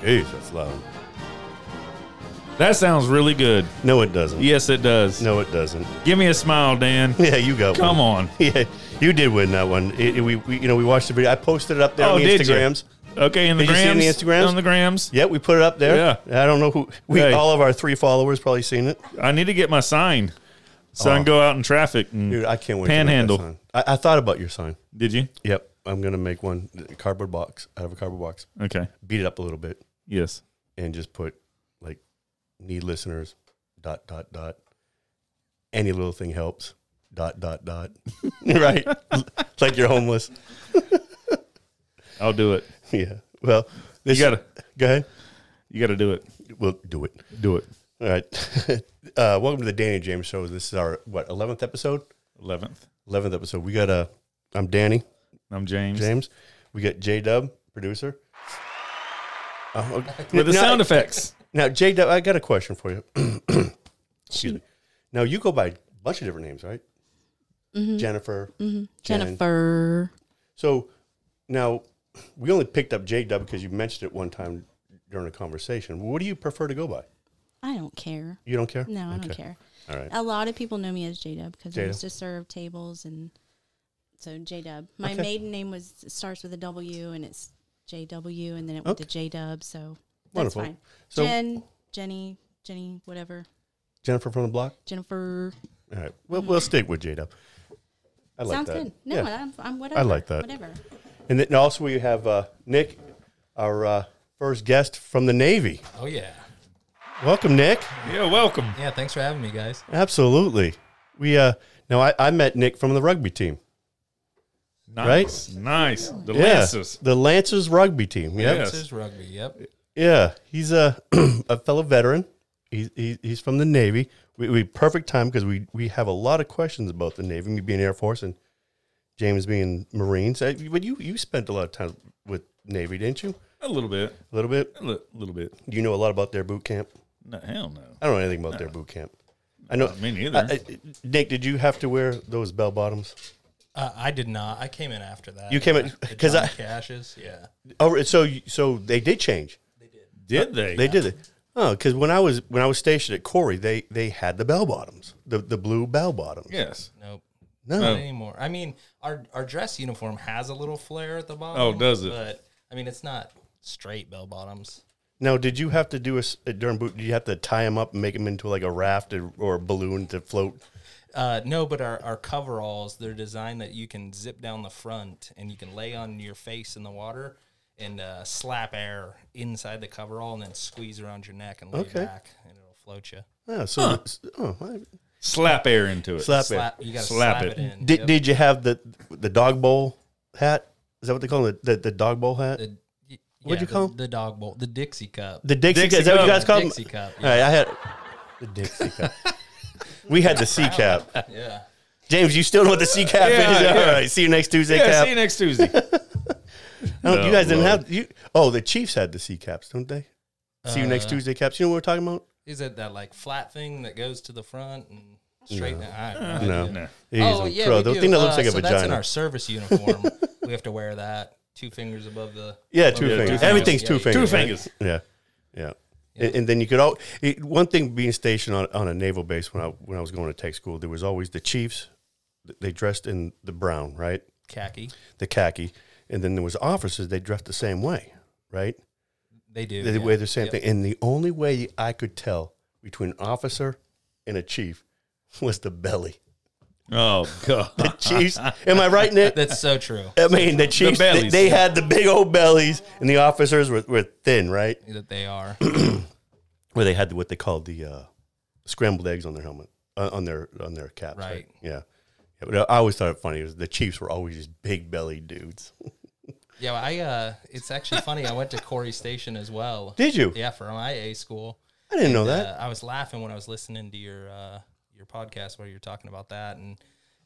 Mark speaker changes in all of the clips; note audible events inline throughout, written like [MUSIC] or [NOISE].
Speaker 1: Jeez, that's loud.
Speaker 2: That sounds really good.
Speaker 1: No, it doesn't.
Speaker 2: Yes, it does.
Speaker 1: No, it doesn't. [LAUGHS]
Speaker 2: Give me a smile, Dan.
Speaker 1: Yeah, you got one.
Speaker 2: Come on.
Speaker 1: [LAUGHS] Yeah, you did win that one. It, it- we, we, you know, we watched the video. I posted it up there on the
Speaker 2: Oh, did you?
Speaker 1: Instagrams.
Speaker 2: Okay, in the
Speaker 1: Did you
Speaker 2: grams.
Speaker 1: see it in the Instagrams?
Speaker 2: On the grams.
Speaker 1: Yeah, we put it up there. I don't know who. We
Speaker 2: Hey.
Speaker 1: all of our three followers probably seen it.
Speaker 2: I need to get my sign. So I can go out in traffic. And,
Speaker 1: Oh. Dude, I can't wait.
Speaker 2: Panhandle.
Speaker 1: To make that sign. I, I thought about your sign.
Speaker 2: Did you?
Speaker 1: Yep, I'm gonna make one a cardboard box out of a cardboard box.
Speaker 2: Okay.
Speaker 1: Beat it up a little bit
Speaker 2: Yes.
Speaker 1: and just put like need listeners dot dot dot. Any little thing helps. Dot dot dot. [LAUGHS] right, It's like you're homeless.
Speaker 2: I'll do it.
Speaker 1: [LAUGHS] Yeah. Well, this
Speaker 2: You gotta-
Speaker 1: go ahead.
Speaker 2: You got to do it.
Speaker 1: We'll do it.
Speaker 2: Do it.
Speaker 1: All right. [LAUGHS] uh, welcome to the Danny James Show. This is our what eleventh episode.
Speaker 2: 11th.
Speaker 1: Eleventh episode. We got a. I'm Danny
Speaker 2: I'm James.
Speaker 1: James. We got J Dub producer. Oh, okay.
Speaker 2: With the
Speaker 1: Now-
Speaker 2: sound effects.
Speaker 1: Now J Dub, I got a question for you. [CLEARS THROAT] Excuse me. Now you go by a bunch of different names, right? Jennifer. Jen.
Speaker 3: Jennifer.
Speaker 1: So now we only picked up J Dub because you mentioned it one time during a conversation. What do you prefer to go by?
Speaker 3: I don't care.
Speaker 1: You don't care?
Speaker 3: No, I don't
Speaker 1: Okay.
Speaker 3: care.
Speaker 1: All right.
Speaker 3: A lot of people know me as J Dub because I
Speaker 1: J-Dub.
Speaker 3: used to serve tables and so J Dub. My
Speaker 1: Okay.
Speaker 3: maiden name was starts with a W and it's J W and then it went to J Dub. So that's
Speaker 1: Wonderful.
Speaker 3: fine.
Speaker 1: So-
Speaker 3: Jen, Jenny, Jenny, whatever.
Speaker 1: Jennifer from the block.
Speaker 3: Jennifer.
Speaker 1: All right. We'll, we'll stick with J Dub. I like
Speaker 3: Mm-hmm. Sounds
Speaker 1: that.
Speaker 3: good. No,
Speaker 1: Yeah.
Speaker 3: I'm, I'm whatever.
Speaker 1: like that.
Speaker 3: Whatever.
Speaker 1: And then also we have uh, Nick, our uh, first guest from the Navy.
Speaker 4: Oh yeah,
Speaker 1: Welcome, Nick.
Speaker 2: Yeah, welcome.
Speaker 4: yeah. Thanks for having me, guys.
Speaker 1: Absolutely. We uh, now I, I met Nick from the rugby team.
Speaker 2: Nice. Nice. The
Speaker 1: Yeah,
Speaker 2: Lancers.
Speaker 1: the Lancers rugby team. Yep.
Speaker 2: Yes.
Speaker 4: This is rugby. Yep.
Speaker 1: Yeah, he's a [CLEARS THROAT] a fellow veteran. He, he, he's from the Navy. We, we perfect time because we, we have a lot of questions about the Navy, me being Air Force and James being Marines. Uh, But you you spent a lot of time with Navy, didn't you?
Speaker 2: A little bit.
Speaker 1: A little bit.
Speaker 2: A li- little bit.
Speaker 1: Do you know a lot about their boot camp?
Speaker 2: No, hell no.
Speaker 1: I don't know anything about their boot camp. I know.
Speaker 2: Me neither.
Speaker 1: I, I, Nick, did you have to wear those bell bottoms?
Speaker 4: Uh, I did not. I came in after that.
Speaker 1: You came in-
Speaker 4: The
Speaker 1: 'cause
Speaker 4: John
Speaker 1: I-
Speaker 4: Cashes. Yeah.
Speaker 1: Oh, so you- so they did change.
Speaker 2: Did they?
Speaker 1: They did it. Oh, because when I was when I was stationed at Corey, they they had the bell bottoms, the the blue bell bottoms.
Speaker 2: Yes.
Speaker 4: Nope.
Speaker 1: No.
Speaker 4: Not anymore. I mean, our our dress uniform has a little flare at the bottom.
Speaker 2: Oh, does it?
Speaker 4: But I mean, it's not straight bell bottoms.
Speaker 1: Now, did you have to do a s- uh, during boot? Did you have to tie them up and make them into like a raft or, or a balloon to float?
Speaker 4: Uh, no, but our, our coveralls, they're designed that you can zip down the front and you can lay on your face in the water and uh, slap air inside the coverall and then squeeze around your neck and lay
Speaker 1: Okay.
Speaker 4: back and it'll float you.
Speaker 1: Yeah, so s- oh, I-
Speaker 2: Slap air into it.
Speaker 1: slap,
Speaker 4: Slap,
Speaker 1: it.
Speaker 4: you gotta
Speaker 2: Slap
Speaker 4: slap,
Speaker 2: it.
Speaker 4: it. in.
Speaker 1: Did,
Speaker 4: Yep.
Speaker 1: did you have the the dog bowl hat? Is that what they call it? The, the dog bowl hat? The,
Speaker 4: The, y-
Speaker 1: What'd
Speaker 4: yeah,
Speaker 1: you call 'em?
Speaker 4: the, the dog bowl? The Dixie cup.
Speaker 1: Dixie,
Speaker 2: Dixie
Speaker 1: cup. Is that what you
Speaker 2: cup.
Speaker 1: guys call 'em?
Speaker 4: Dixie cup,
Speaker 1: All right, I had the Dixie cup. we had the C cap.
Speaker 4: yeah.
Speaker 1: James, you still know what the C cap
Speaker 2: Yeah,
Speaker 1: is?
Speaker 2: yeah.
Speaker 1: All right, see you next Tuesday
Speaker 2: Yeah,
Speaker 1: cap.
Speaker 2: see you next Tuesday.
Speaker 1: I don't- you guys didn't
Speaker 2: Lord.
Speaker 1: have you. Oh, the Chiefs had the C caps, don't they? See you next
Speaker 4: Uh,
Speaker 1: Tuesday caps. You know what we're talking about?
Speaker 4: Is it that like flat thing that goes to the front and straight? No. I,
Speaker 1: No.
Speaker 2: no.
Speaker 4: Oh
Speaker 1: Jeez,
Speaker 4: yeah,
Speaker 1: bro,
Speaker 4: we
Speaker 1: the
Speaker 4: do.
Speaker 1: thing that looks
Speaker 4: Uh,
Speaker 1: like a
Speaker 4: so
Speaker 1: vagina.
Speaker 4: That's in our service uniform. [LAUGHS] we have to wear that. Two fingers above the.
Speaker 1: Yeah,
Speaker 4: above
Speaker 1: two
Speaker 4: the
Speaker 1: fingers.
Speaker 4: ground.
Speaker 1: Everything's
Speaker 4: Yeah,
Speaker 1: two
Speaker 4: yeah.
Speaker 1: fingers.
Speaker 2: Two
Speaker 1: right?
Speaker 2: fingers.
Speaker 1: Yeah, yeah. And, and then you could all it, one thing being stationed on, on a naval base when I when I was going to tech school, there was always the chiefs. th- They dressed in the brown, right,
Speaker 4: Khaki.
Speaker 1: the khaki, and then there was officers. They dressed the same way, right?
Speaker 4: They do.
Speaker 1: They
Speaker 4: yeah.
Speaker 1: wear the same
Speaker 4: Yep.
Speaker 1: thing. And the only way I could tell between an officer and a chief [LAUGHS] was the belly.
Speaker 2: [LAUGHS] Oh god.
Speaker 1: Chiefs, am I right, Nick?
Speaker 4: That's so true.
Speaker 1: I mean, the chiefs. they-
Speaker 2: bellies.
Speaker 1: they, had the big old bellies, and the officers were, were thin, right?
Speaker 4: That they are. [COUGHS]
Speaker 1: where they had what they called the uh, scrambled eggs on their helmet, uh, on their on their caps. Right.
Speaker 4: Right.
Speaker 1: Yeah. yeah. But I always thought it funny was the Chiefs were always these big bellied dudes.
Speaker 4: Yeah, I. Uh, it's actually funny. I went to Corey Station as well.
Speaker 1: Did you?
Speaker 4: Yeah, for my A school.
Speaker 1: I didn't know that.
Speaker 4: Uh, I was laughing when I was listening to your uh, your podcast where you're talking about that, and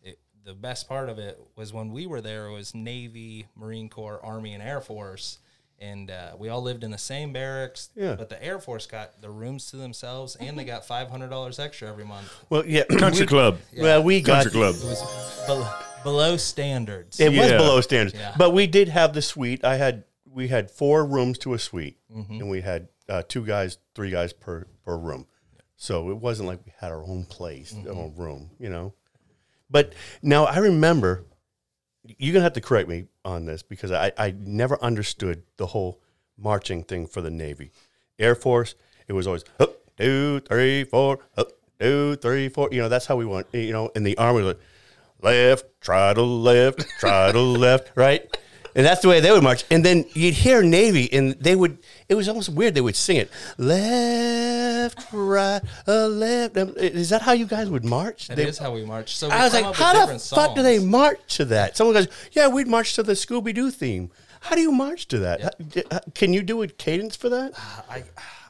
Speaker 4: it, the best part of it was when we were there. It was Navy, Marine Corps, Army, and Air Force, and uh, we all lived in the same barracks.
Speaker 1: Yeah.
Speaker 4: But the Air Force got the rooms to themselves, and they got five hundred dollars extra every month.
Speaker 1: Well, yeah.
Speaker 2: Country
Speaker 1: we-
Speaker 2: club.
Speaker 1: [CLEARS THROAT] Well, we got
Speaker 2: Country club.
Speaker 4: It was bel- below standards.
Speaker 1: It was
Speaker 2: Yeah.
Speaker 1: below standards,
Speaker 4: Yeah.
Speaker 1: but we did have the suite. I had we had four rooms to a suite, and we had uh, two guys, three guys per per room. So it wasn't like we had our own place, our own room, you know. But now I remember. You're gonna have to correct me on this because I, I never understood the whole marching thing for the Navy, Air Force. It was always up two three four up two three four. You know that's how we went. You know, and the Army was like left, try to left, try to [LAUGHS] left, right? And that's the way they would march. And then you'd hear Navy, and they would, it was almost weird. They would sing it left, right, uh, left. Um, Is that how you guys would march?
Speaker 4: That is
Speaker 1: They-
Speaker 4: how we march. So we
Speaker 1: I was
Speaker 4: come
Speaker 1: like,
Speaker 4: up with
Speaker 1: how the
Speaker 4: different
Speaker 1: fuck do
Speaker 4: songs.
Speaker 1: they march to that? Someone goes, yeah, we'd march to the Scooby Doo theme. How do you march to that? How- d- Can you do a cadence for that?
Speaker 4: I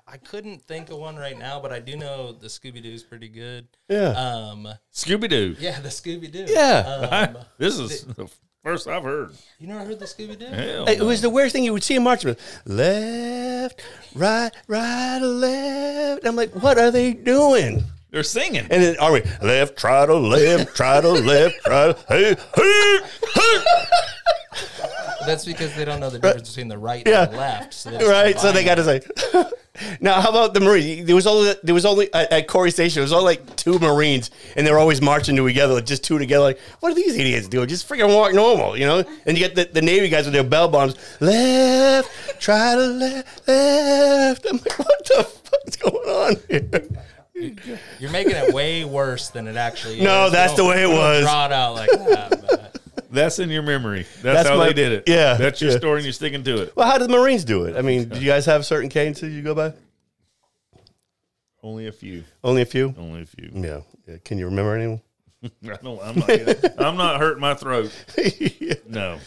Speaker 4: I couldn't think of one right now, but I do know the Scooby Doo's pretty good.
Speaker 1: Yeah.
Speaker 4: Um.
Speaker 2: Scooby Doo.
Speaker 4: Yeah, the Scooby Doo.
Speaker 1: Yeah.
Speaker 4: Um,
Speaker 2: This is the first I've heard.
Speaker 4: you never heard the Scooby Doo?
Speaker 2: Hell,
Speaker 1: It was the worst thing you would see in March. It was Left, right, right, left. I'm like, what are they doing?
Speaker 2: they're singing.
Speaker 1: And then are we left, try to left, try to left, try to hey, hey, hey.
Speaker 4: That's because they don't know the difference between the right and the
Speaker 1: Yeah.
Speaker 4: left. So
Speaker 1: Right, so they got to say. [LAUGHS] now, how about the Marine? There was only there was only at, at Corey Station. There was only like two Marines, and they were always marching together, like just two together. Like, what are these idiots doing? Just freaking walk normal, you know? And you get the, the Navy guys with their bell bombs. Left, try to left, left. I'm like, what the fuck's going on here?
Speaker 4: You're making it way worse than it actually is.
Speaker 1: No,
Speaker 4: You
Speaker 1: that's
Speaker 4: don't-
Speaker 1: the way it
Speaker 4: you don't
Speaker 1: was.
Speaker 4: Draw it out like that. but-
Speaker 2: That's in your memory. That's,
Speaker 1: That's
Speaker 2: how
Speaker 1: my-
Speaker 2: they did it.
Speaker 1: yeah,
Speaker 2: That's your
Speaker 1: yeah.
Speaker 2: story and you're sticking to it.
Speaker 1: Well, how do the Marines do it? I mean, do you guys have certain cadences you go by?
Speaker 2: Only a few.
Speaker 1: Only a few.
Speaker 2: Only a few.
Speaker 1: Yeah. Yeah. Can you remember [LAUGHS] anyone?
Speaker 2: [LAUGHS] I don't, I'm, not gonna- I'm not hurting my throat. No.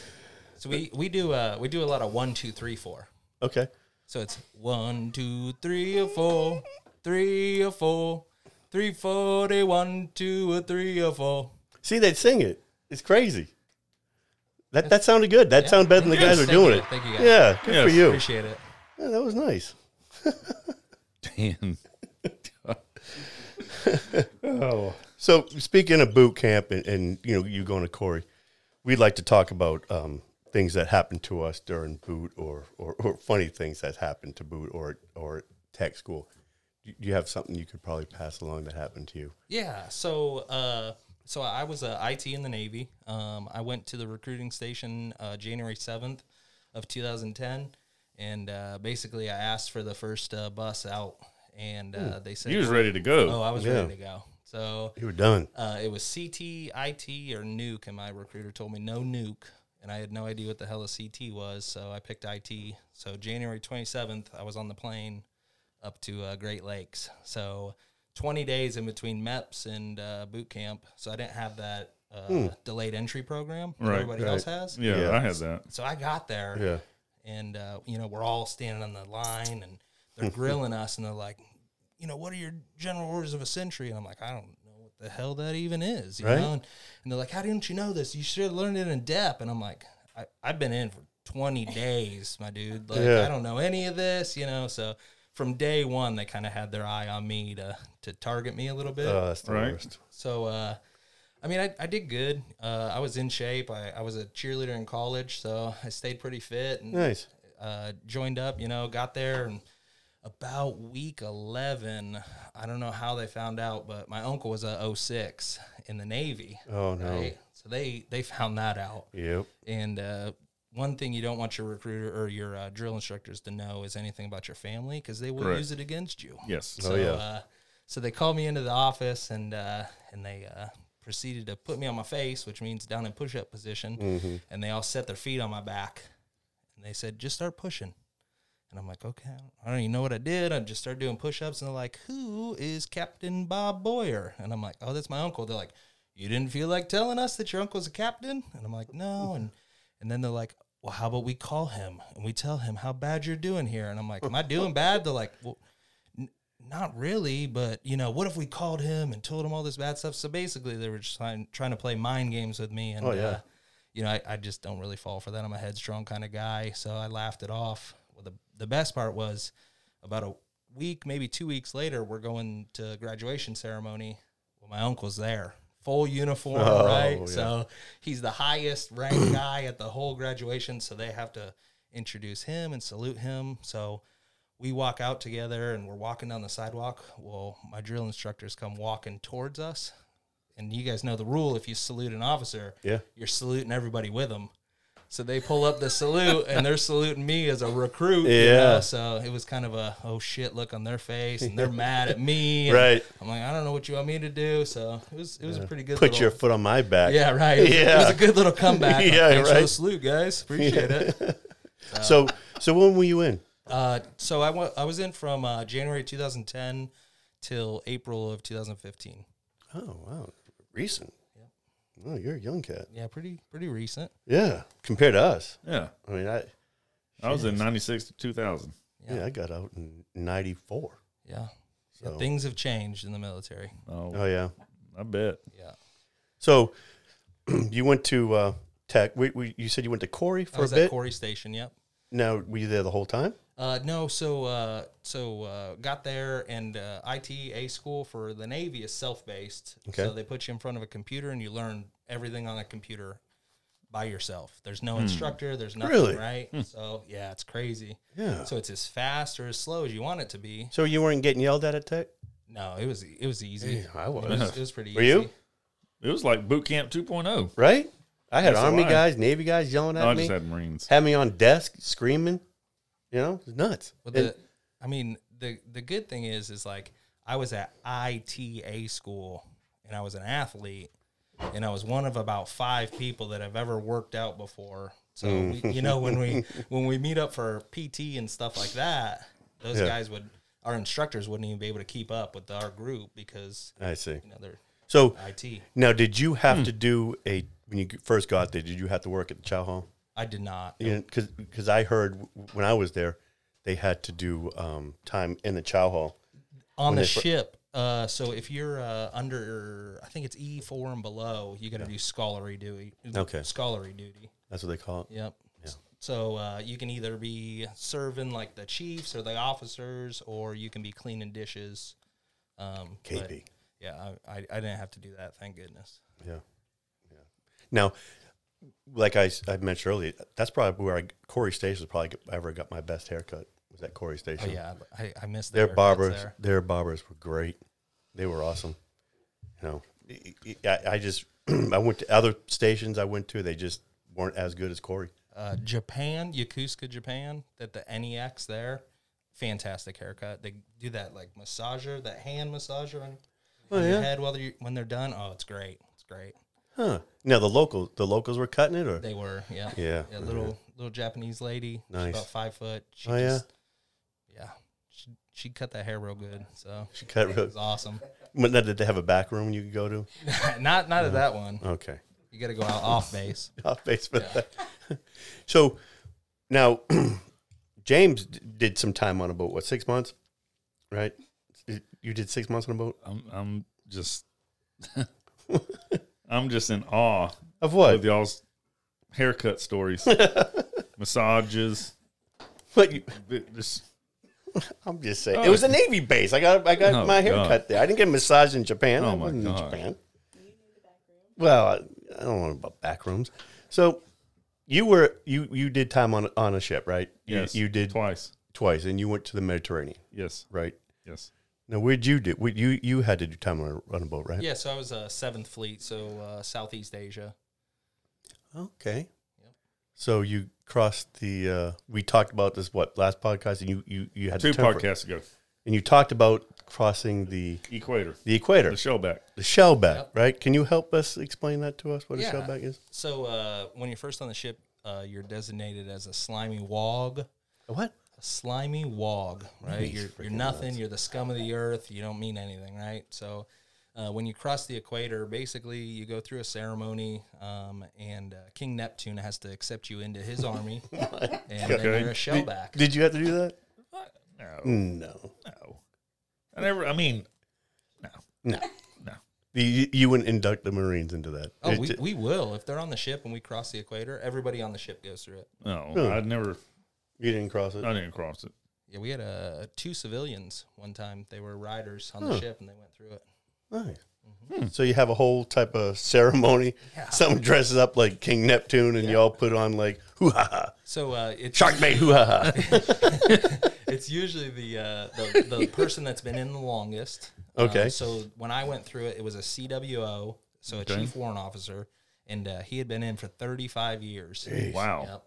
Speaker 4: So we we do uh we do a lot of one two three four.
Speaker 1: Okay.
Speaker 4: So it's one two three or four, three or four, three forty one two or three or four.
Speaker 1: See, they'd sing it. It's crazy. That that sounded good. That sounded better than the guys
Speaker 4: Yes,
Speaker 1: were
Speaker 4: thank
Speaker 1: doing
Speaker 4: you.
Speaker 1: it.
Speaker 4: Thank you, guys.
Speaker 1: Yeah, good for
Speaker 2: Yes.
Speaker 1: you.
Speaker 4: Appreciate it.
Speaker 1: Yeah, that was nice.
Speaker 2: Damn.
Speaker 1: So speaking of boot camp and, and you know you going to Corey, we'd like to talk about um, things that happened to us during boot or, or or funny things that happened to boot or or tech school. Do you have something you could probably pass along that happened to you?
Speaker 4: Yeah. So, uh, so I was a IT in the Navy. Um, I went to the recruiting station uh, January seventh of 2010, and uh, basically I asked for the first uh, bus out, and uh, they said,
Speaker 2: You was ready to go.
Speaker 4: "Oh, I was
Speaker 1: Yeah.
Speaker 4: ready to go." So
Speaker 1: You were done.
Speaker 4: uh, it was CT, IT, or Nuke, and my recruiter told me no Nuke, and I had no idea what the hell a CT was, so I picked IT. So January 27th, I was on the plane up to uh, Great Lakes. So 20 days in between MEPS and uh, boot camp, so I didn't have that uh, delayed entry program that
Speaker 2: Hmm. Right,
Speaker 4: everybody else has.
Speaker 2: yeah,
Speaker 1: Yeah.
Speaker 2: I had that.
Speaker 4: So I got there,
Speaker 1: Yeah.
Speaker 4: and uh, you know we're all standing on the line, and they're grilling us, and they're like, you know, what are your general orders of a century? And I'm like, I don't know what the hell that even is, you
Speaker 1: Right.
Speaker 4: know. And, and they're like, how didn't you know this? You should have learned it in depth. And I'm like, I, I've been in for 20 days, my dude. Like
Speaker 1: Yeah.
Speaker 4: I don't know any of this, you know. So from day one, they kind of had their eye on me to to target me a little bit.
Speaker 1: Uh, that's the
Speaker 2: Right.
Speaker 1: worst.
Speaker 4: So, uh, I mean, I, I did good. Uh, I was in shape. I, I was a cheerleader in college, so I stayed pretty fit and
Speaker 1: Nice.
Speaker 4: uh, joined up, you know, got there. And about week 11, I don't know how they found out, but my uncle was a 06 in the Navy.
Speaker 1: Oh no.
Speaker 4: right? So they, they found that out.
Speaker 1: Yep.
Speaker 4: And uh, one thing you don't want your recruiter or your uh, drill instructors to know is anything about your family because they will
Speaker 2: Correct.
Speaker 4: use it against you.
Speaker 2: Yes.
Speaker 4: So,
Speaker 1: yeah.
Speaker 4: uh, so they called me into the office and uh, and they uh, proceeded to put me on my face, which means down in push up position. And they all set their feet on my back, and they said, "Just start pushing." And I'm like, "Okay, I don't even know what I did. I just started doing push ups." And they're like, "Who is Captain Bob Boyer?" And I'm like, "Oh, that's my uncle." They're like, "You didn't feel like telling us that your uncle's a captain?" And I'm like, "No." And and then they're like. Well, how about we call him and we tell him how bad you're doing here? And I'm like, Am I doing bad? They're like, Well, not really, but you know, what if we called him and told him all this bad stuff? So basically, they were just trying, trying to play mind games with me, and
Speaker 1: Oh, yeah.
Speaker 4: uh, you know, I, I just don't really fall for that. I'm a headstrong kind of guy, so I laughed it off. Well, the the best part was about a week, maybe two weeks later, we're going to graduation ceremony. Well, my uncle's there, full uniform,
Speaker 1: Oh,
Speaker 4: right?
Speaker 1: yeah.
Speaker 4: [CLEARS THROAT] So he's the highest ranked guy at the whole graduation, so they have to introduce him and salute him. So we walk out together and we're walking down the sidewalk. Well, my drill instructors come walking towards us. And you guys know the rule if you salute an officer,
Speaker 1: Yeah.
Speaker 4: you're saluting everybody with them. So they pull up the salute and they're saluting me as a recruit. you
Speaker 1: Yeah.
Speaker 4: know? So it was kind of a oh shit look on their face and they're mad
Speaker 1: [LAUGHS]
Speaker 4: at me. and
Speaker 1: Right.
Speaker 4: I'm like, I don't know what you want me to do. So it was it was a pretty good
Speaker 1: Put
Speaker 4: little-
Speaker 1: your foot on my back.
Speaker 4: Yeah, right. It was- It was
Speaker 1: Yeah.
Speaker 4: a good little
Speaker 1: [LAUGHS]
Speaker 4: comeback.
Speaker 1: Yeah,
Speaker 4: Thanks for the
Speaker 1: right.
Speaker 4: salute, guys. Appreciate it.
Speaker 1: [LAUGHS] So so when were you in?
Speaker 4: Uh, so I wa- I was in from uh, January 2010 till April of 2015.
Speaker 1: Oh wow, recent. Oh, you're a young cat.
Speaker 4: Yeah, pretty pretty recent.
Speaker 1: Yeah, compared to us.
Speaker 2: Yeah.
Speaker 1: I mean, I
Speaker 2: I was in 96 to 2000.
Speaker 1: yeah, I got out in '94.
Speaker 4: Yeah. So
Speaker 1: So-
Speaker 4: things have changed in the military.
Speaker 2: Oh,
Speaker 1: Oh yeah.
Speaker 2: I bet.
Speaker 4: Yeah.
Speaker 1: So [CLEARS THROAT] you went to uh, Tech. We, we, you said you went to Corey
Speaker 4: I
Speaker 1: for a
Speaker 4: was
Speaker 1: bit.
Speaker 4: at Corey Station. Yep.
Speaker 1: now were you there the whole time?
Speaker 4: Uh, no, so uh, so uh, got there and uh, ITA school for the Navy is self based.
Speaker 1: Okay.
Speaker 4: So they put you in front of a computer and you learn everything on a computer by yourself. There's no instructor. There's nothing.
Speaker 1: Really?
Speaker 4: Right. So yeah, it's crazy.
Speaker 1: Yeah.
Speaker 4: So it's as fast or as slow as you want it to be.
Speaker 1: So you weren't getting yelled at at Tech?
Speaker 4: No, it was it was easy.
Speaker 1: I
Speaker 4: It was, it was pretty.
Speaker 1: Were
Speaker 4: easy.
Speaker 1: you?
Speaker 2: It was like boot camp 2.0.
Speaker 1: Right? I had
Speaker 2: Yes,
Speaker 1: Army
Speaker 2: why?
Speaker 1: guys, Navy guys yelling at
Speaker 2: No, I
Speaker 1: me.
Speaker 2: just
Speaker 1: Had,
Speaker 2: had Marines.
Speaker 1: me on desk screaming. You know, it's nuts.
Speaker 4: But
Speaker 1: And-
Speaker 4: the, I mean, the the good thing is, is like I was at ITA school and I was an athlete and I was one of about five people that have ever worked out before. So
Speaker 1: Mm.
Speaker 4: we, you know, when we [LAUGHS] when we meet up for PT and stuff like that, those
Speaker 1: Yeah.
Speaker 4: guys would our instructors wouldn't even be able to keep up with our group because
Speaker 1: I see.
Speaker 4: you know they're
Speaker 1: So
Speaker 4: IT.
Speaker 1: now, did you
Speaker 2: Hmm.
Speaker 1: have to do a when you first got there? Did you have to work at the Chow Hall?
Speaker 4: I did not.
Speaker 1: Because because I heard when I was there, they had to do um, time in the Chow Hall.
Speaker 4: on the
Speaker 1: they fir-
Speaker 4: ship. Uh, so if you're uh, under, I think it's E four and below, you got to do scholarly duty.
Speaker 1: Okay.
Speaker 4: Scholarly duty.
Speaker 1: That's what they call it.
Speaker 4: Yep. So uh, you can either be serving like the chiefs or the officers, or you can be cleaning dishes. Um, but,
Speaker 1: KB.
Speaker 4: yeah, I, I, I didn't have to do that. Thank goodness.
Speaker 1: Yeah. Yeah. Now, like I, s- I mentioned earlier, that's probably where I, Corey Station was probably I ever got my best haircut was at Corey
Speaker 4: But
Speaker 1: Station.
Speaker 4: Oh, yeah, I, I missed the
Speaker 1: Their
Speaker 4: haircuts
Speaker 1: barbers,
Speaker 4: there.
Speaker 1: their barbers were great. They were awesome. You know, I- I, I just, [CLEARS THROAT] I went to other stations I went to, they just weren't as good as Corey.
Speaker 4: Uh, Japan, Yokosuka, Japan, that the NEX there, fantastic haircut. They do that like massager, that hand massager on,
Speaker 1: Oh,
Speaker 4: on your head while you when they're done. Oh, it's great. It's great.
Speaker 1: Huh. Now the locals, the locals were cutting it or?
Speaker 4: They were, yeah.
Speaker 1: Yeah.
Speaker 4: A little little Japanese lady. she's
Speaker 1: Nice.
Speaker 4: about five foot. She
Speaker 1: Oh, yeah?
Speaker 4: yeah. Yeah. She she cut that hair real good. So
Speaker 1: She cut
Speaker 4: it
Speaker 1: real,
Speaker 4: was awesome. [LAUGHS]
Speaker 1: But now, did they have a back room you could go to?
Speaker 4: not not at that one.
Speaker 1: Okay.
Speaker 4: You gotta go
Speaker 1: [LAUGHS]
Speaker 4: out off base.
Speaker 1: off base for that. [LAUGHS] So now, [CLEARS THROAT] James d- did some time on a boat. What six months, right? You did six months on a boat
Speaker 2: I'm, I'm just, [LAUGHS] I'm just in awe
Speaker 1: of
Speaker 2: of
Speaker 1: what?
Speaker 2: y'all's
Speaker 1: [LAUGHS]
Speaker 2: haircut stories, massages.
Speaker 1: But you,
Speaker 2: Th- This,
Speaker 1: I'm just saying, it was a Navy base. I got I got
Speaker 2: Oh,
Speaker 1: my hair
Speaker 2: God.
Speaker 1: cut there. I didn't get a massage in Japan.
Speaker 2: Oh,
Speaker 1: I
Speaker 2: my
Speaker 1: wasn't in
Speaker 2: God.
Speaker 1: Japan. Well, I, I don't know about back rooms. So you were you you did time on on a ship, right? You-
Speaker 2: yes,
Speaker 1: You, did
Speaker 2: twice.
Speaker 1: twice, and you went to the Mediterranean,
Speaker 2: Yes,
Speaker 1: right?
Speaker 2: yes.
Speaker 1: Now, where'd you do? where- You you had to do time on a, on a boat, right?
Speaker 4: Yeah, so I was uh, Seventh Fleet, so uh, Southeast Asia.
Speaker 1: Okay. So you crossed the. Uh, we talked about this what last podcast, and you you you had
Speaker 2: Two
Speaker 1: the temper-
Speaker 2: podcasts ago.
Speaker 1: and you talked about crossing the
Speaker 2: Equator,
Speaker 1: the equator,
Speaker 2: the
Speaker 1: the,
Speaker 2: shellback.
Speaker 1: shellback,
Speaker 4: Yep.
Speaker 1: right? Can you help us explain that to us? What
Speaker 4: Yeah.
Speaker 1: a shellback is?
Speaker 4: So uh, when you're first on the ship, uh, you're designated as a slimy wog. A
Speaker 1: A What?
Speaker 4: slimy wog, right?
Speaker 1: Nice
Speaker 4: You're, you're
Speaker 1: freaking
Speaker 4: nothing. You're the scum of the earth. You don't mean anything, right? So uh, when you cross the equator, basically you go through a ceremony, um, and uh, King Neptune has to accept you into his
Speaker 1: [LAUGHS]
Speaker 4: army, and then you're a shellback.
Speaker 1: Did you have to do that? Mm.
Speaker 2: No,
Speaker 1: No,
Speaker 2: no. I never. I mean, no,
Speaker 1: no,
Speaker 2: no.
Speaker 1: The- you, you wouldn't induct the Marines into that.
Speaker 4: Oh,
Speaker 1: It-
Speaker 4: we, we will. If they're on the ship and we cross the equator, everybody on the ship goes through it.
Speaker 2: No,
Speaker 1: Really?
Speaker 2: I never.
Speaker 1: you didn't cross it.
Speaker 2: I didn't cross it.
Speaker 4: Yeah, we had uh, two civilians one time. They were riders on the ship and they went through it.
Speaker 1: Nice.
Speaker 2: hmm.
Speaker 1: So you have a whole type of ceremony. Someone dresses up like King Neptune, and you all put on like hoo ha ha,
Speaker 4: So uh, it's
Speaker 1: Sharkbait hoo ha ha.
Speaker 4: it's usually the, uh, the the person that's been in the longest.
Speaker 1: Okay.
Speaker 4: Uh, so when I went through it, it was a CWO, so a chief warrant officer, and uh, he had been in for 35 years.
Speaker 2: Wow.
Speaker 4: Yep.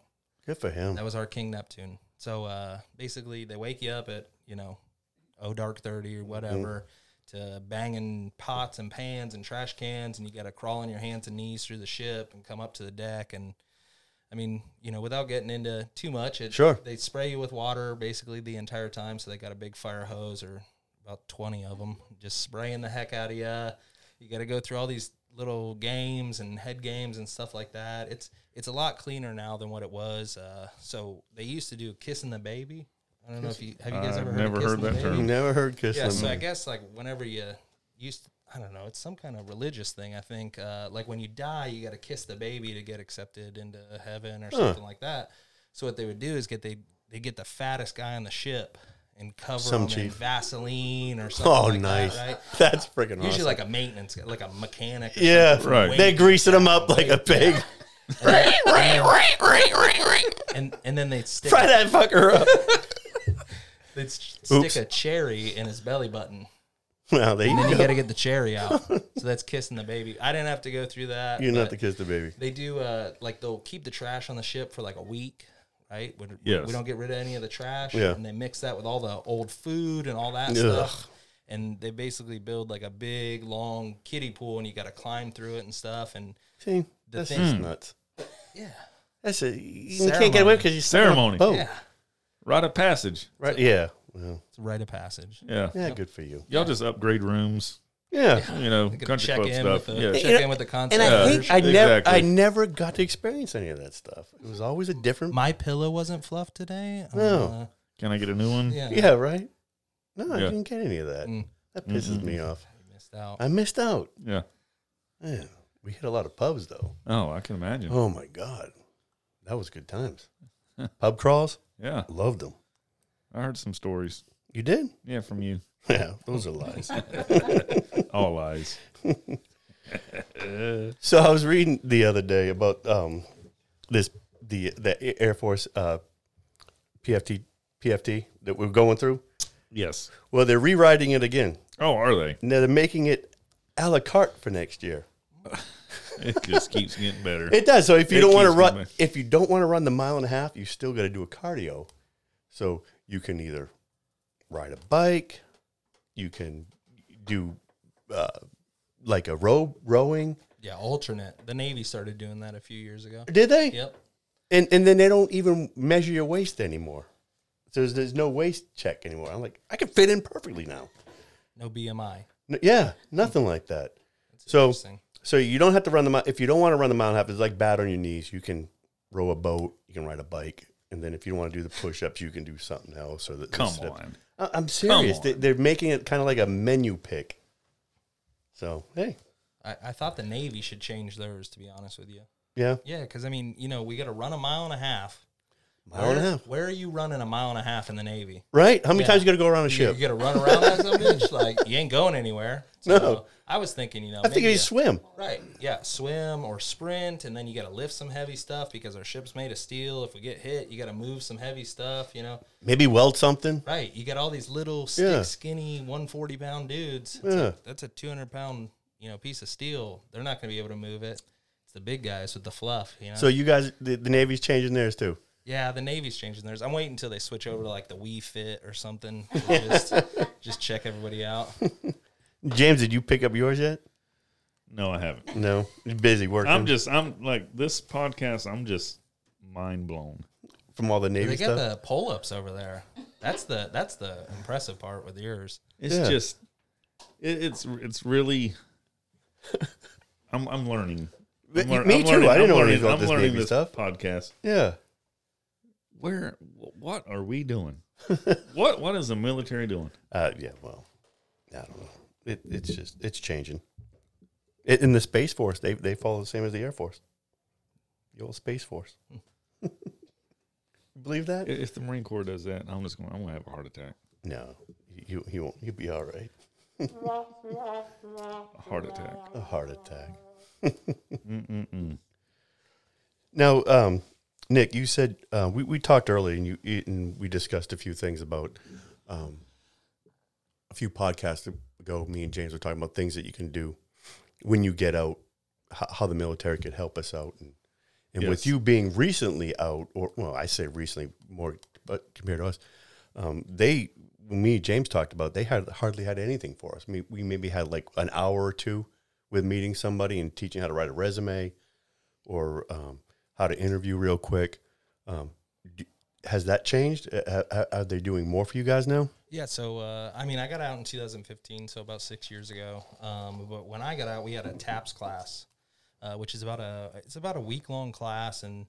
Speaker 1: Good for him.
Speaker 4: That was our King Neptune. So uh, basically, they wake you up at you know, oh dark thirty or whatever, to banging pots and pans and trash cans, and you got to crawl on your hands and knees through the ship and come up to the deck. And I mean, you know, without getting into too much, it,
Speaker 1: Sure.
Speaker 4: they spray you with water basically the entire time. So they got a big fire hose or about twenty of them, just spraying the heck out of you. You got to go through all these little games and head games and stuff like that. It's it's a lot cleaner now than what it was. Uh, so they used to do kissing the baby. I don't know if you have you guys
Speaker 2: I've
Speaker 4: ever
Speaker 2: never
Speaker 4: heard,
Speaker 2: heard
Speaker 4: of kissing the
Speaker 2: that
Speaker 4: baby?
Speaker 2: term.
Speaker 1: Never heard kiss
Speaker 4: Yeah,
Speaker 1: them.
Speaker 4: so I guess like whenever you used, I don't know, it's some kind of religious thing. I think uh, like when you die, you got to kiss the baby to get accepted into heaven or something like that. So what they would do is get they they get the fattest guy on the ship and cover
Speaker 1: Some
Speaker 4: him in
Speaker 1: chief.
Speaker 4: Vaseline or something.
Speaker 1: oh,
Speaker 4: like
Speaker 1: nice.
Speaker 4: That, right?
Speaker 1: That's freaking awesome.
Speaker 4: Usually like a maintenance, guy, like a mechanic. or
Speaker 1: yeah,
Speaker 4: something.
Speaker 2: Right.
Speaker 1: They're greasing them up like a pig.
Speaker 4: and and then they'd stick
Speaker 1: Fry that fucker
Speaker 4: [LAUGHS]
Speaker 1: up.
Speaker 4: they'd s-
Speaker 1: Oops.
Speaker 4: stick a cherry in his belly button.
Speaker 1: well, there
Speaker 4: Then
Speaker 1: you
Speaker 4: you
Speaker 1: go.
Speaker 4: got to get the cherry
Speaker 1: [LAUGHS]
Speaker 4: out. So that's kissing the baby. I didn't have to go through that.
Speaker 1: You didn't have
Speaker 4: but-
Speaker 1: to kiss the baby.
Speaker 4: They do uh like they'll keep the trash on the ship for like a week, right? When
Speaker 2: Yes.
Speaker 4: we don't get rid of any of the trash.
Speaker 1: Yeah.
Speaker 4: And they mix that with all the old food and all that stuff. And they basically build like a big long kiddie pool and you gotta climb through it and stuff and
Speaker 1: See, that's
Speaker 4: thing-
Speaker 2: Hmm.
Speaker 1: just nuts.
Speaker 4: yeah.
Speaker 1: That's it. You can't get away because you
Speaker 2: Ceremony.
Speaker 1: Oh,
Speaker 4: Yeah.
Speaker 2: Rite of passage.
Speaker 1: right. Yeah. Well,
Speaker 4: It's a rite of passage.
Speaker 2: Yeah.
Speaker 1: yeah. Good for you.
Speaker 2: Y'all just upgrade rooms.
Speaker 1: Yeah.
Speaker 2: You know,
Speaker 4: You can
Speaker 2: country
Speaker 4: check
Speaker 2: club
Speaker 4: in
Speaker 2: stuff.
Speaker 4: with the
Speaker 2: Yeah.
Speaker 4: check
Speaker 1: You know,
Speaker 4: in with the concert.
Speaker 1: And I
Speaker 2: Yeah.
Speaker 1: think I never,
Speaker 2: Exactly.
Speaker 1: I never got to experience any of that stuff. It was always a different.
Speaker 4: my pillow wasn't fluffed today. I'm,
Speaker 1: No.
Speaker 2: Can I get a new one?
Speaker 4: uh, yeah,
Speaker 1: yeah. Right. No, I
Speaker 2: Yeah.
Speaker 1: didn't get any of that.
Speaker 4: Mm.
Speaker 1: That pisses me off.
Speaker 4: missed out.
Speaker 1: I missed out.
Speaker 2: Yeah.
Speaker 1: Man, we hit a lot of pubs though.
Speaker 2: Oh, I can imagine.
Speaker 1: Oh my god, that was good times. Pub crawls,
Speaker 2: Yeah.
Speaker 1: loved them.
Speaker 2: I heard some stories.
Speaker 1: You did? [LAUGHS]
Speaker 2: Yeah, from you.
Speaker 1: Yeah, those are lies.
Speaker 2: All lies.
Speaker 1: so I was reading the other day about um, this the the Air Force uh, PFT PFT that we're going through.
Speaker 2: Yes.
Speaker 1: Well, they're rewriting it again.
Speaker 2: Oh, are they?
Speaker 1: Now they're making it a la carte for next year.
Speaker 2: It just keeps getting better.
Speaker 1: It does. So if you
Speaker 2: It
Speaker 1: don't want to
Speaker 2: keeps
Speaker 1: run,
Speaker 2: coming.
Speaker 1: if you don't want to run the mile and a half, you still got to do a cardio. So you can either ride a bike, you can do uh, like a row rowing.
Speaker 4: yeah, alternate. The Navy started doing that a few years ago.
Speaker 1: Did they?
Speaker 4: Yep.
Speaker 1: And and then they don't even measure your waist anymore. So there's, there's no waist check anymore. I'm like, I can fit in perfectly now.
Speaker 4: No BMI.
Speaker 1: N- yeah, nothing like that.
Speaker 2: Oh.
Speaker 1: So
Speaker 4: Interesting.
Speaker 1: so you don't have to run the mile. If you don't want to run the mile and a half, it's like bad on your knees. You can row a boat, you can ride a bike, and then if you don't want to do the push-ups, you can do something else. Or the, the
Speaker 2: Come
Speaker 1: step-
Speaker 2: on.
Speaker 1: I- I'm serious.
Speaker 2: on.
Speaker 1: They, they're making it kind of like a menu pick. So hey,
Speaker 4: I, I thought the Navy should change theirs, to be honest with you.
Speaker 1: yeah,
Speaker 4: Yeah, because I mean, you know, we got to run a mile and a half.
Speaker 1: mile and a
Speaker 4: Where-
Speaker 1: half.
Speaker 4: Where are you running a mile and a half in the Navy?
Speaker 1: Right? How many
Speaker 4: Yeah.
Speaker 1: times you got to go around a
Speaker 4: You-
Speaker 1: ship?
Speaker 4: You, got to run around
Speaker 1: [LAUGHS]
Speaker 4: that some bitch. Like you ain't going anywhere. So
Speaker 1: No.
Speaker 4: I was thinking, you know,
Speaker 1: I think
Speaker 4: maybe
Speaker 1: you
Speaker 4: a-
Speaker 1: swim.
Speaker 4: Right. Yeah. Swim or sprint, and then you got to lift some heavy stuff because our ship's made of steel. If we get hit, you got to move some heavy stuff. You know.
Speaker 1: Maybe weld something.
Speaker 4: Right. You got all these little, stick,
Speaker 1: Yeah.
Speaker 4: skinny, one forty pound dudes. It's
Speaker 1: Yeah.
Speaker 4: like, that's a two hundred pound, you know, piece of steel. They're not going to be able to move it. It's the big guys with the fluff. You know.
Speaker 1: So you guys, the, the Navy's changing theirs too.
Speaker 4: Yeah, the Navy's changing theirs. I'm waiting until they switch over to like the Wii Fit
Speaker 1: [LAUGHS]
Speaker 4: or something. to Just, just check everybody out.
Speaker 1: James, did you pick up yours yet?
Speaker 2: No, I haven't.
Speaker 1: No, You're busy working.
Speaker 2: I'm just, I'm like, this podcast, I'm just mind blown.
Speaker 1: from all the
Speaker 4: They
Speaker 1: Navy stuff.
Speaker 4: got the pull ups over there. That's the that's the impressive part with yours.
Speaker 2: It's
Speaker 1: Yeah.
Speaker 2: just, it, it's,
Speaker 1: [LAUGHS]
Speaker 2: it's really, I'm, I'm learning. I'm
Speaker 1: Me-
Speaker 2: lear-
Speaker 1: me
Speaker 2: I'm
Speaker 1: too.
Speaker 2: learning-
Speaker 1: I didn't know
Speaker 2: I'm
Speaker 1: anything
Speaker 2: learning-
Speaker 1: about
Speaker 2: I'm
Speaker 1: this
Speaker 2: learning
Speaker 1: Navy
Speaker 2: this
Speaker 1: stuff.
Speaker 2: podcast.
Speaker 1: yeah,
Speaker 2: Where, wh- what are we
Speaker 1: [LAUGHS]
Speaker 2: doing? what, what is the military doing?
Speaker 1: uh, yeah. Well, I don't know. It, it's just it's changing. It, in the Space Force, they they follow the same as the Air Force. The old Space Force. [LAUGHS] Believe
Speaker 2: I-
Speaker 1: that?
Speaker 2: If the Marine Corps does that, I'm just going, to I'm going to have a heart attack.
Speaker 1: No, you he won't. He'll be all right.
Speaker 2: A heart attack.
Speaker 1: A heart attack. [LAUGHS] now, um, Nick, you said uh, we, we talked early and you and we discussed a few things about um, a few podcasts ago. Me and James were talking about things that you can do when you get out, how, how the military could help us out, and and with
Speaker 2: Yes.
Speaker 1: you being recently out, or well, I say recently more, but compared to us, um, they when me and James talked about they had hardly had anything for us. I mean, we maybe had like an hour or two with meeting somebody and teaching how to write a resume or um, how to interview real quick. Um, d has that changed? Uh, ha- ha- Are they doing more for you guys now?
Speaker 4: Yeah, so uh, I mean, I got out in 2015, so about six years ago. Um, but when I got out, we had a TAPS class, uh, which is about a it's about a week long class, and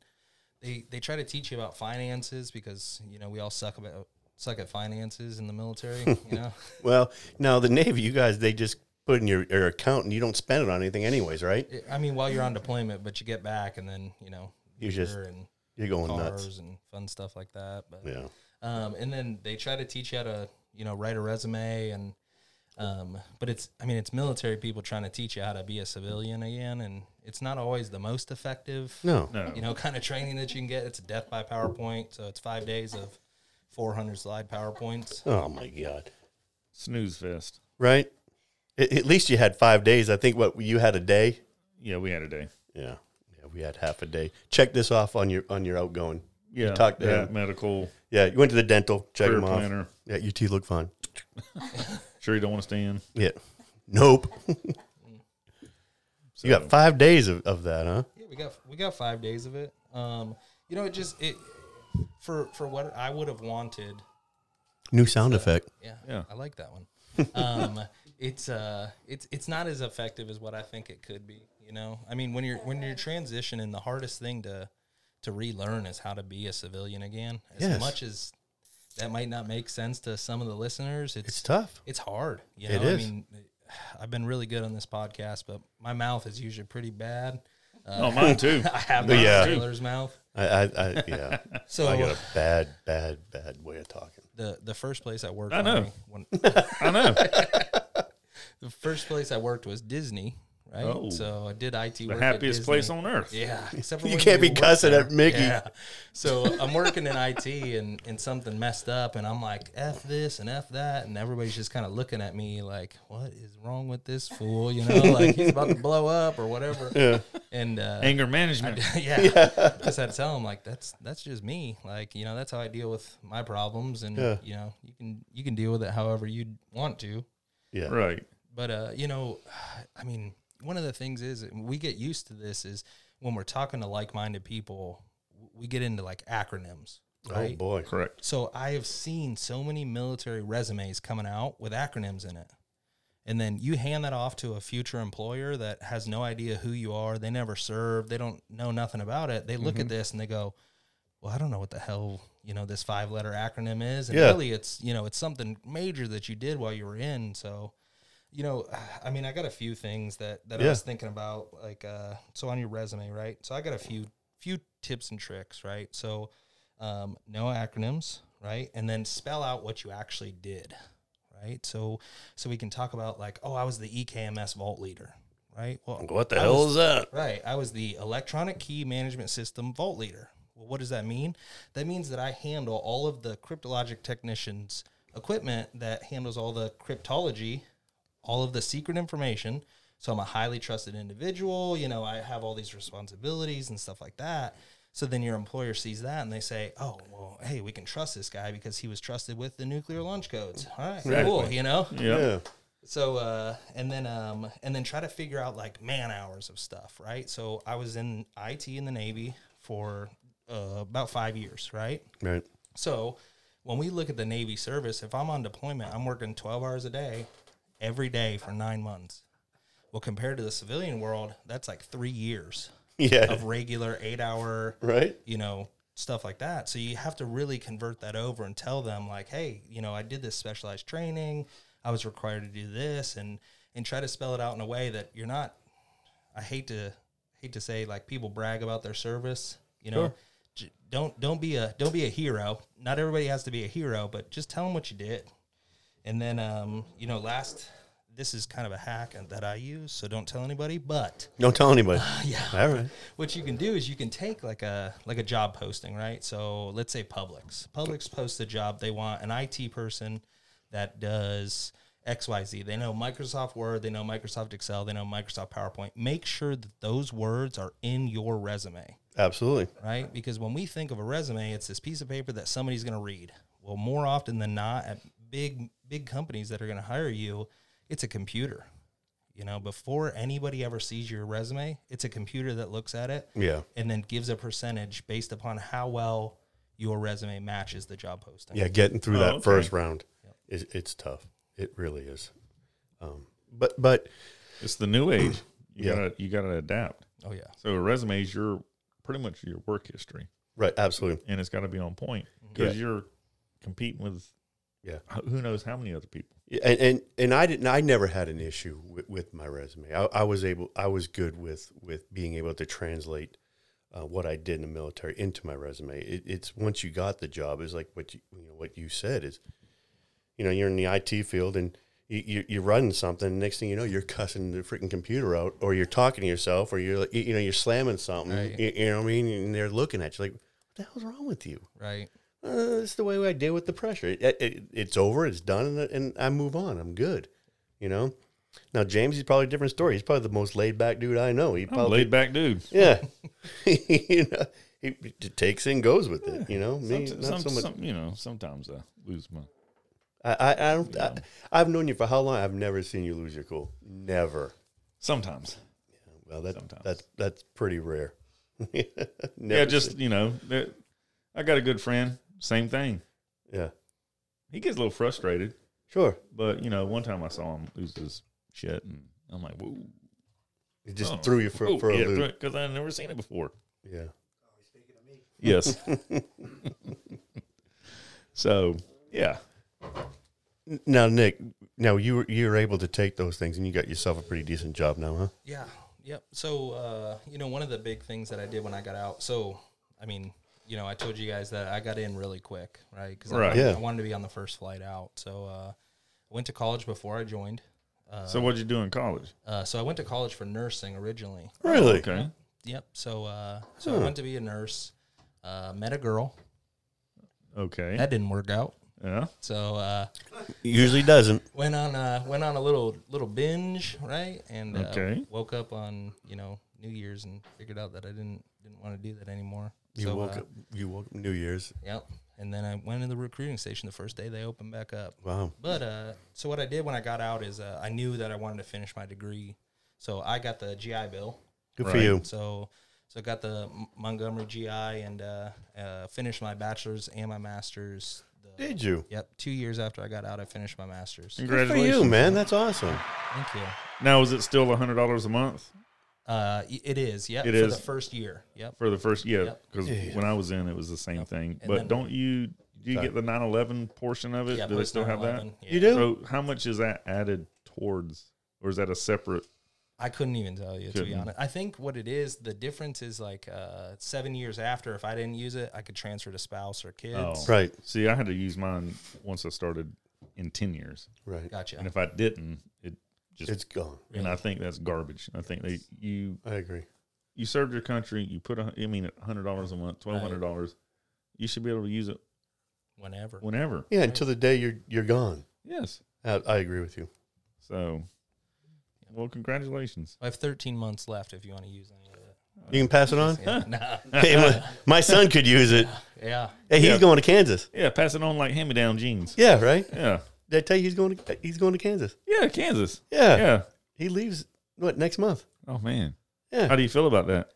Speaker 4: they they try to teach you about finances because you know we all suck about suck at finances in the military.
Speaker 1: [LAUGHS]
Speaker 4: you know,
Speaker 1: Well, now the Navy, you guys, they just put in your, your account and you don't spend it on anything, anyways, right?
Speaker 4: It- I mean, while you're on deployment, but you get back, and then you know
Speaker 1: You just-
Speaker 4: beer and
Speaker 1: You're going
Speaker 4: cars
Speaker 1: nuts.
Speaker 4: and fun stuff like that. But
Speaker 1: Yeah.
Speaker 4: um, and then they try to teach you how to you know write a resume and um, but it's i mean it's military people trying to teach you how to be a civilian again and it's not always the most effective
Speaker 1: No.
Speaker 2: No.
Speaker 4: you know kind of training that you can get it's a death by powerpoint so it's five days of 400 slide powerpoints
Speaker 1: Oh my God.
Speaker 2: Snooze fest.
Speaker 1: Right. At, at least you had five days. I think what you had a day.
Speaker 2: Yeah, we had a day.
Speaker 1: Yeah. Yeah. We had half a day. Check this off on your on your outgoing.
Speaker 2: Yeah.
Speaker 1: talked to
Speaker 2: that
Speaker 1: him.
Speaker 2: medical
Speaker 1: Yeah. You went to the dental. Check
Speaker 2: career
Speaker 1: them off.
Speaker 2: planner.
Speaker 1: Yeah. Your teeth look fine.
Speaker 2: Sure, you don't want to stay in.
Speaker 1: Yeah. Nope. [LAUGHS]
Speaker 2: So,
Speaker 1: you got five days of, of that, huh?
Speaker 4: yeah we got we got five days of it um, you know it just it for for what i would have wanted
Speaker 1: New sound effect.
Speaker 4: Yeah,
Speaker 2: Yeah.
Speaker 4: I like that one. um, [LAUGHS] it's uh, it's it's not as effective as what I think it could be. You know, I mean, when you're when you're transitioning, the hardest thing to to relearn is how to be a civilian again. As
Speaker 1: Yes.
Speaker 4: much as that might not make sense to some of the listeners, it's
Speaker 1: It's tough.
Speaker 4: it's hard. You know,
Speaker 1: It is.
Speaker 4: I mean, [SIGHS] I've been really good on this podcast, but my mouth is usually pretty bad.
Speaker 2: oh, mine too.
Speaker 4: I have
Speaker 1: But
Speaker 4: my
Speaker 1: yeah.
Speaker 4: Taylor's mouth.
Speaker 1: I, I, I yeah.
Speaker 2: [LAUGHS]
Speaker 4: So
Speaker 1: I got a bad, bad, bad way of talking.
Speaker 4: the the first place I worked,
Speaker 2: I know.
Speaker 4: When,
Speaker 2: I know.
Speaker 4: the first place I worked was Disney, right?
Speaker 2: Oh.
Speaker 4: so I did IT.
Speaker 2: The happiest place on earth.
Speaker 4: Yeah, except for
Speaker 1: You
Speaker 4: when
Speaker 1: can't be
Speaker 4: work
Speaker 1: cussing at Mickey.
Speaker 4: Yeah. So I'm working in IT and, and something messed up, and I'm like, F this and F that. And everybody's just kind of looking at me like, what is wrong with this fool? You know, like he's about to blow up or whatever. And uh,
Speaker 2: Anger management.
Speaker 4: [LAUGHS] yeah. I just had to tell him like that's that's just me. Like you know that's how I deal with my problems, and
Speaker 1: Yeah.
Speaker 4: you know you can you can deal with it however you want to.
Speaker 1: Yeah.
Speaker 2: Right.
Speaker 4: But uh, you know, [SIGHS] I mean, one of the things is and we get used to this is when we're talking to like-minded people, we get into like acronyms,
Speaker 1: Oh
Speaker 4: right?
Speaker 1: boy.
Speaker 2: Correct.
Speaker 4: So I have seen so many military resumes coming out with acronyms in it. And then you hand that off to a future employer that has no idea who you are. They never served. They don't know nothing about it. They
Speaker 1: Mm-hmm.
Speaker 4: look at this and they go, "Well, I don't know what the hell you know this five letter acronym is." And
Speaker 1: Yeah.
Speaker 4: really, it's you know it's something major that you did while you were in. So, you know, [SIGHS] I mean, I got a few things that that I
Speaker 1: Yeah.
Speaker 4: was thinking about, like uh, so on your resume, right? So I got a few few tips and tricks, right? So um, no acronyms, right? And then spell out what you actually did, right? So so we can talk about like, oh, I was the EKMS vault leader, right? Well,
Speaker 1: What the
Speaker 4: I
Speaker 1: hell
Speaker 4: was-
Speaker 1: is that?
Speaker 4: Right. I was the electronic key management system vault leader. Well, what does that mean? That means that I handle all of the cryptologic technicians' equipment that handles all the cryptology, all of the secret information. So I'm a highly trusted individual. You know, I have all these responsibilities and stuff like that. So then your employer sees that and they say, oh, well, hey, we can trust this guy because he was trusted with the nuclear launch codes. All right, cool. You know,
Speaker 2: Yeah.
Speaker 1: Yeah.
Speaker 4: so uh, and then um, and then try to figure out like man hours of stuff, right? So I was in IT in the Navy for uh, about five years, right?
Speaker 1: Right.
Speaker 4: So when we look at the Navy service, if I'm on deployment, I'm working 12 hours a day every day for nine months. Well, compared to the civilian world, that's like three years
Speaker 1: Yeah.
Speaker 4: of regular eight hour
Speaker 1: Right.
Speaker 4: you know, stuff like that. So you have to really convert that over and tell them like, hey, you know, I did this specialized training. I was required to do this and and try to spell it out in a way that you're not I hate to hate to say like people brag about their service, you know. J- Don't don't be a don't be a hero. Not everybody has to be a hero, but just tell them what you did. And then um, you know, last this is kind of a hack that I use, so don't tell anybody. But
Speaker 1: Don't tell anybody.
Speaker 4: yeah,
Speaker 1: All right.
Speaker 4: what you can do is you can take like a like a job posting, right? So let's say Publix. Publix posts a job they want an IT person that does XYZ. They know Microsoft Word, they know Microsoft Excel, they know Microsoft PowerPoint. Make sure that those words are in your resume,
Speaker 1: Absolutely.
Speaker 4: right? Because when we think of a resume, it's this piece of paper that somebody's going to read. Well, more often than not at big big companies that are going to hire you, it's a computer. You know, before anybody ever sees your resume, it's a computer that looks at it
Speaker 1: Yeah.
Speaker 4: and then gives a percentage based upon how well your resume matches the job posting.
Speaker 1: Yeah, getting through
Speaker 2: Oh,
Speaker 1: that
Speaker 2: okay.
Speaker 1: first round is it's tough. It really is. Um, but but
Speaker 2: It's the new age. You
Speaker 1: Yeah.
Speaker 2: gotta you gotta adapt.
Speaker 4: Oh yeah.
Speaker 2: So a resume is your pretty much your work history,
Speaker 1: right, absolutely.
Speaker 2: and it's got to be on point because you're competing with
Speaker 1: Yeah.
Speaker 2: who- who knows how many other people.
Speaker 1: And and, and I didn't. I never had an issue with, with my resume. I, I was able. I was good with with being able to translate uh, what I did in the military into my resume. It, it's once you got the job, is like what you, you know what you said is, you know, you're in the IT field and. You, you, you're running something. And next thing you know, you're cussing the freaking computer out, or you're talking to yourself, or you're like, you, you know, you're slamming something.
Speaker 4: Right.
Speaker 1: You, you know what I mean? And they're looking at you like, "What the hell's wrong with you?"
Speaker 4: Right.
Speaker 1: uh, it's the way I deal with the pressure. It, it, it's over. It's done, and, and I move on. I'm good. You know. Now James, he's probably a different story. He's probably the most laid back dude I know. He
Speaker 2: I'm
Speaker 1: probably
Speaker 2: laid back dude.
Speaker 1: yeah. [LAUGHS] you know, he j- takes it and goes with it. You know, me
Speaker 2: Somet-
Speaker 1: not so
Speaker 2: some-
Speaker 1: much.
Speaker 2: some- you know, sometimes I lose my.
Speaker 1: I, I, I don't. I, I've known you for how long? I've never seen you lose your cool. Never.
Speaker 2: Sometimes,
Speaker 1: Well, that's
Speaker 2: Sometimes.
Speaker 1: that's that's pretty rare. [LAUGHS] Never
Speaker 2: yeah,
Speaker 1: seen-
Speaker 2: just you know, there- I got a good friend. Same thing.
Speaker 1: yeah.
Speaker 2: He gets a little frustrated,
Speaker 1: Sure.
Speaker 2: but you know, one time I saw him lose his shit, and I'm like, whoa.
Speaker 1: It
Speaker 2: Oh.
Speaker 1: just threw you for, for a loop.
Speaker 2: because I've never seen it before.
Speaker 1: Yeah.
Speaker 2: Yes.
Speaker 1: [LAUGHS]
Speaker 2: so yeah,
Speaker 1: Now, Nick, now you were you were able to take those things, and you got yourself a pretty decent job now, huh?
Speaker 4: Yeah. Yep. So, uh, you know, one of the big things that I did when I got out. So, I mean, you know, I told you guys that I got in really quick, right? Because
Speaker 2: Right.
Speaker 4: I,
Speaker 1: Yeah.
Speaker 4: I wanted to be on the first flight out. So, uh, I went to college before I joined. Uh,
Speaker 2: so what'd you do in college?
Speaker 4: uh, so I went to college for nursing originally.
Speaker 1: Really?
Speaker 2: Oh, Okay.
Speaker 4: Yep. So, uh, so
Speaker 1: Huh.
Speaker 4: I went to be a nurse. Uh, met a girl
Speaker 2: Okay.
Speaker 4: that didn't work out.
Speaker 2: Yeah.
Speaker 4: So. Uh,
Speaker 1: Usually doesn't.
Speaker 4: went on uh went on a little little binge right and uh,
Speaker 2: Okay.
Speaker 4: woke up on you know new year's and figured out that i didn't didn't want to do that anymore
Speaker 1: You
Speaker 4: So,
Speaker 1: woke
Speaker 4: uh,
Speaker 1: up. You woke up New Year's.
Speaker 4: yep and then i went to the recruiting station the first day they opened back up
Speaker 1: Wow.
Speaker 4: but uh so what i did when i got out is uh, i knew that i wanted to finish my degree so i got the gi bill
Speaker 1: Good for
Speaker 2: Right.
Speaker 1: you.
Speaker 4: so so I got the M- montgomery gi and uh, uh finished my bachelor's and my master's the,
Speaker 1: Did you?
Speaker 4: yep two years after i got out i finished my master's
Speaker 1: Good for
Speaker 2: Congratulations,
Speaker 1: you, man. That's awesome.
Speaker 4: thank you
Speaker 2: Now is it still hundred dollars a month
Speaker 4: Uh, y- it is. Yep.
Speaker 2: It
Speaker 4: for
Speaker 2: is.
Speaker 4: the first year. Yep.
Speaker 2: for the first year?
Speaker 4: Yep.
Speaker 2: Because
Speaker 1: Yeah.
Speaker 2: when I was in, it was the same thing.
Speaker 4: And
Speaker 2: But
Speaker 4: then-
Speaker 2: don't you do you
Speaker 1: Sorry.
Speaker 2: get the nine eleven portion of it?
Speaker 4: yeah.
Speaker 2: do they
Speaker 4: post
Speaker 2: still have that?
Speaker 4: 9/11, yeah.
Speaker 1: You do?
Speaker 2: So how much is that added towards, or is that a separate?
Speaker 4: I couldn't even tell you to be
Speaker 2: Couldn't.
Speaker 4: honest. I think what it is, the difference is like uh, seven years after. If I didn't use it, I could transfer to spouse or kids.
Speaker 2: Oh.
Speaker 1: Right.
Speaker 2: See, I had to use mine once I started in ten years,
Speaker 1: Right.
Speaker 2: and
Speaker 4: Gotcha.
Speaker 2: if I didn't, it just
Speaker 1: It's gone.
Speaker 2: and I think that's garbage. I think they you
Speaker 1: I agree.
Speaker 2: you served your country. You put a, I mean, hundred dollars a month, twelve hundred dollars. You should be able to use it
Speaker 4: Whenever.
Speaker 2: whenever.
Speaker 1: Yeah. Until the day you're you're gone.
Speaker 2: Yes.
Speaker 1: I, I agree with you.
Speaker 2: So, well, congratulations.
Speaker 4: I have 13 months left if you want to use any of
Speaker 1: [LAUGHS]
Speaker 4: that.
Speaker 1: You can pass it
Speaker 4: [LAUGHS]
Speaker 1: on.
Speaker 4: Yeah. nah.
Speaker 1: hey, my, my son could use it.
Speaker 4: Yeah.
Speaker 1: Hey, he's
Speaker 2: Yeah.
Speaker 1: going to Kansas.
Speaker 2: Yeah, pass it on like hand-me-down jeans.
Speaker 1: Yeah. Right.
Speaker 2: Yeah.
Speaker 1: Did I tell you he's going to he's going to Kansas?
Speaker 2: Yeah, Kansas.
Speaker 1: Yeah.
Speaker 2: Yeah.
Speaker 1: He leaves what next month?
Speaker 2: Oh man.
Speaker 1: Yeah.
Speaker 2: How do you feel about that?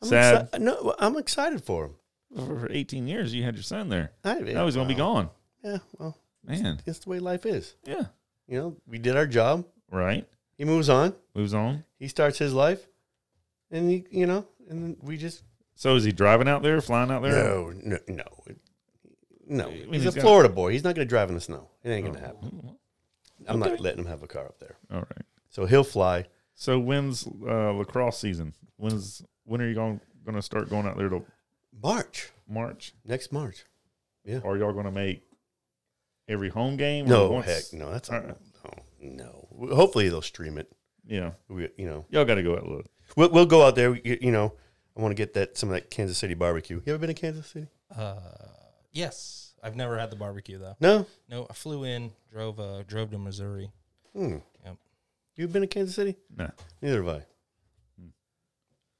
Speaker 1: I'm
Speaker 2: Sad.
Speaker 1: exci- no, I'm excited for him.
Speaker 2: For, for 18 years, you had your son there.
Speaker 1: I,
Speaker 2: Now he's gonna be gone.
Speaker 1: Yeah. Well,
Speaker 2: Man.
Speaker 1: that's the way life is.
Speaker 2: Yeah.
Speaker 1: You know, we did our job.
Speaker 2: Right.
Speaker 1: He moves on.
Speaker 2: Moves on.
Speaker 1: He starts his life, and he, you know, and then we just
Speaker 2: So is he driving out there, flying out there?
Speaker 1: no, no, no, no.
Speaker 2: mean,
Speaker 1: He's a
Speaker 2: he's got-
Speaker 1: Florida boy. He's not going to drive in the snow. It ain't going to happen.
Speaker 2: All
Speaker 1: I'm not
Speaker 2: okay.
Speaker 1: letting him have a car up there.
Speaker 2: right.
Speaker 1: So he'll fly.
Speaker 2: So when's uh, lacrosse season? When's when are you going going to start going out there to
Speaker 1: March
Speaker 2: March?
Speaker 1: next March.
Speaker 2: Are y'all going to make every home game? or
Speaker 1: No,
Speaker 2: once-
Speaker 1: heck, no. That's
Speaker 2: All right.
Speaker 1: no, No. Hopefully they'll stream it.
Speaker 2: Yeah,
Speaker 1: We, you know,
Speaker 2: y'all got to go out look.
Speaker 1: we'll, we'll go out there. We, you know, I want to get that some of that Kansas City barbecue. You ever been to Kansas City?
Speaker 4: Uh, yes, I've never had the barbecue though.
Speaker 1: No.
Speaker 4: No, I flew in, drove, uh, drove to Missouri.
Speaker 1: Hmm.
Speaker 4: Yep.
Speaker 1: You've been to Kansas City?
Speaker 2: Nah,
Speaker 1: Neither have I.
Speaker 2: Hmm.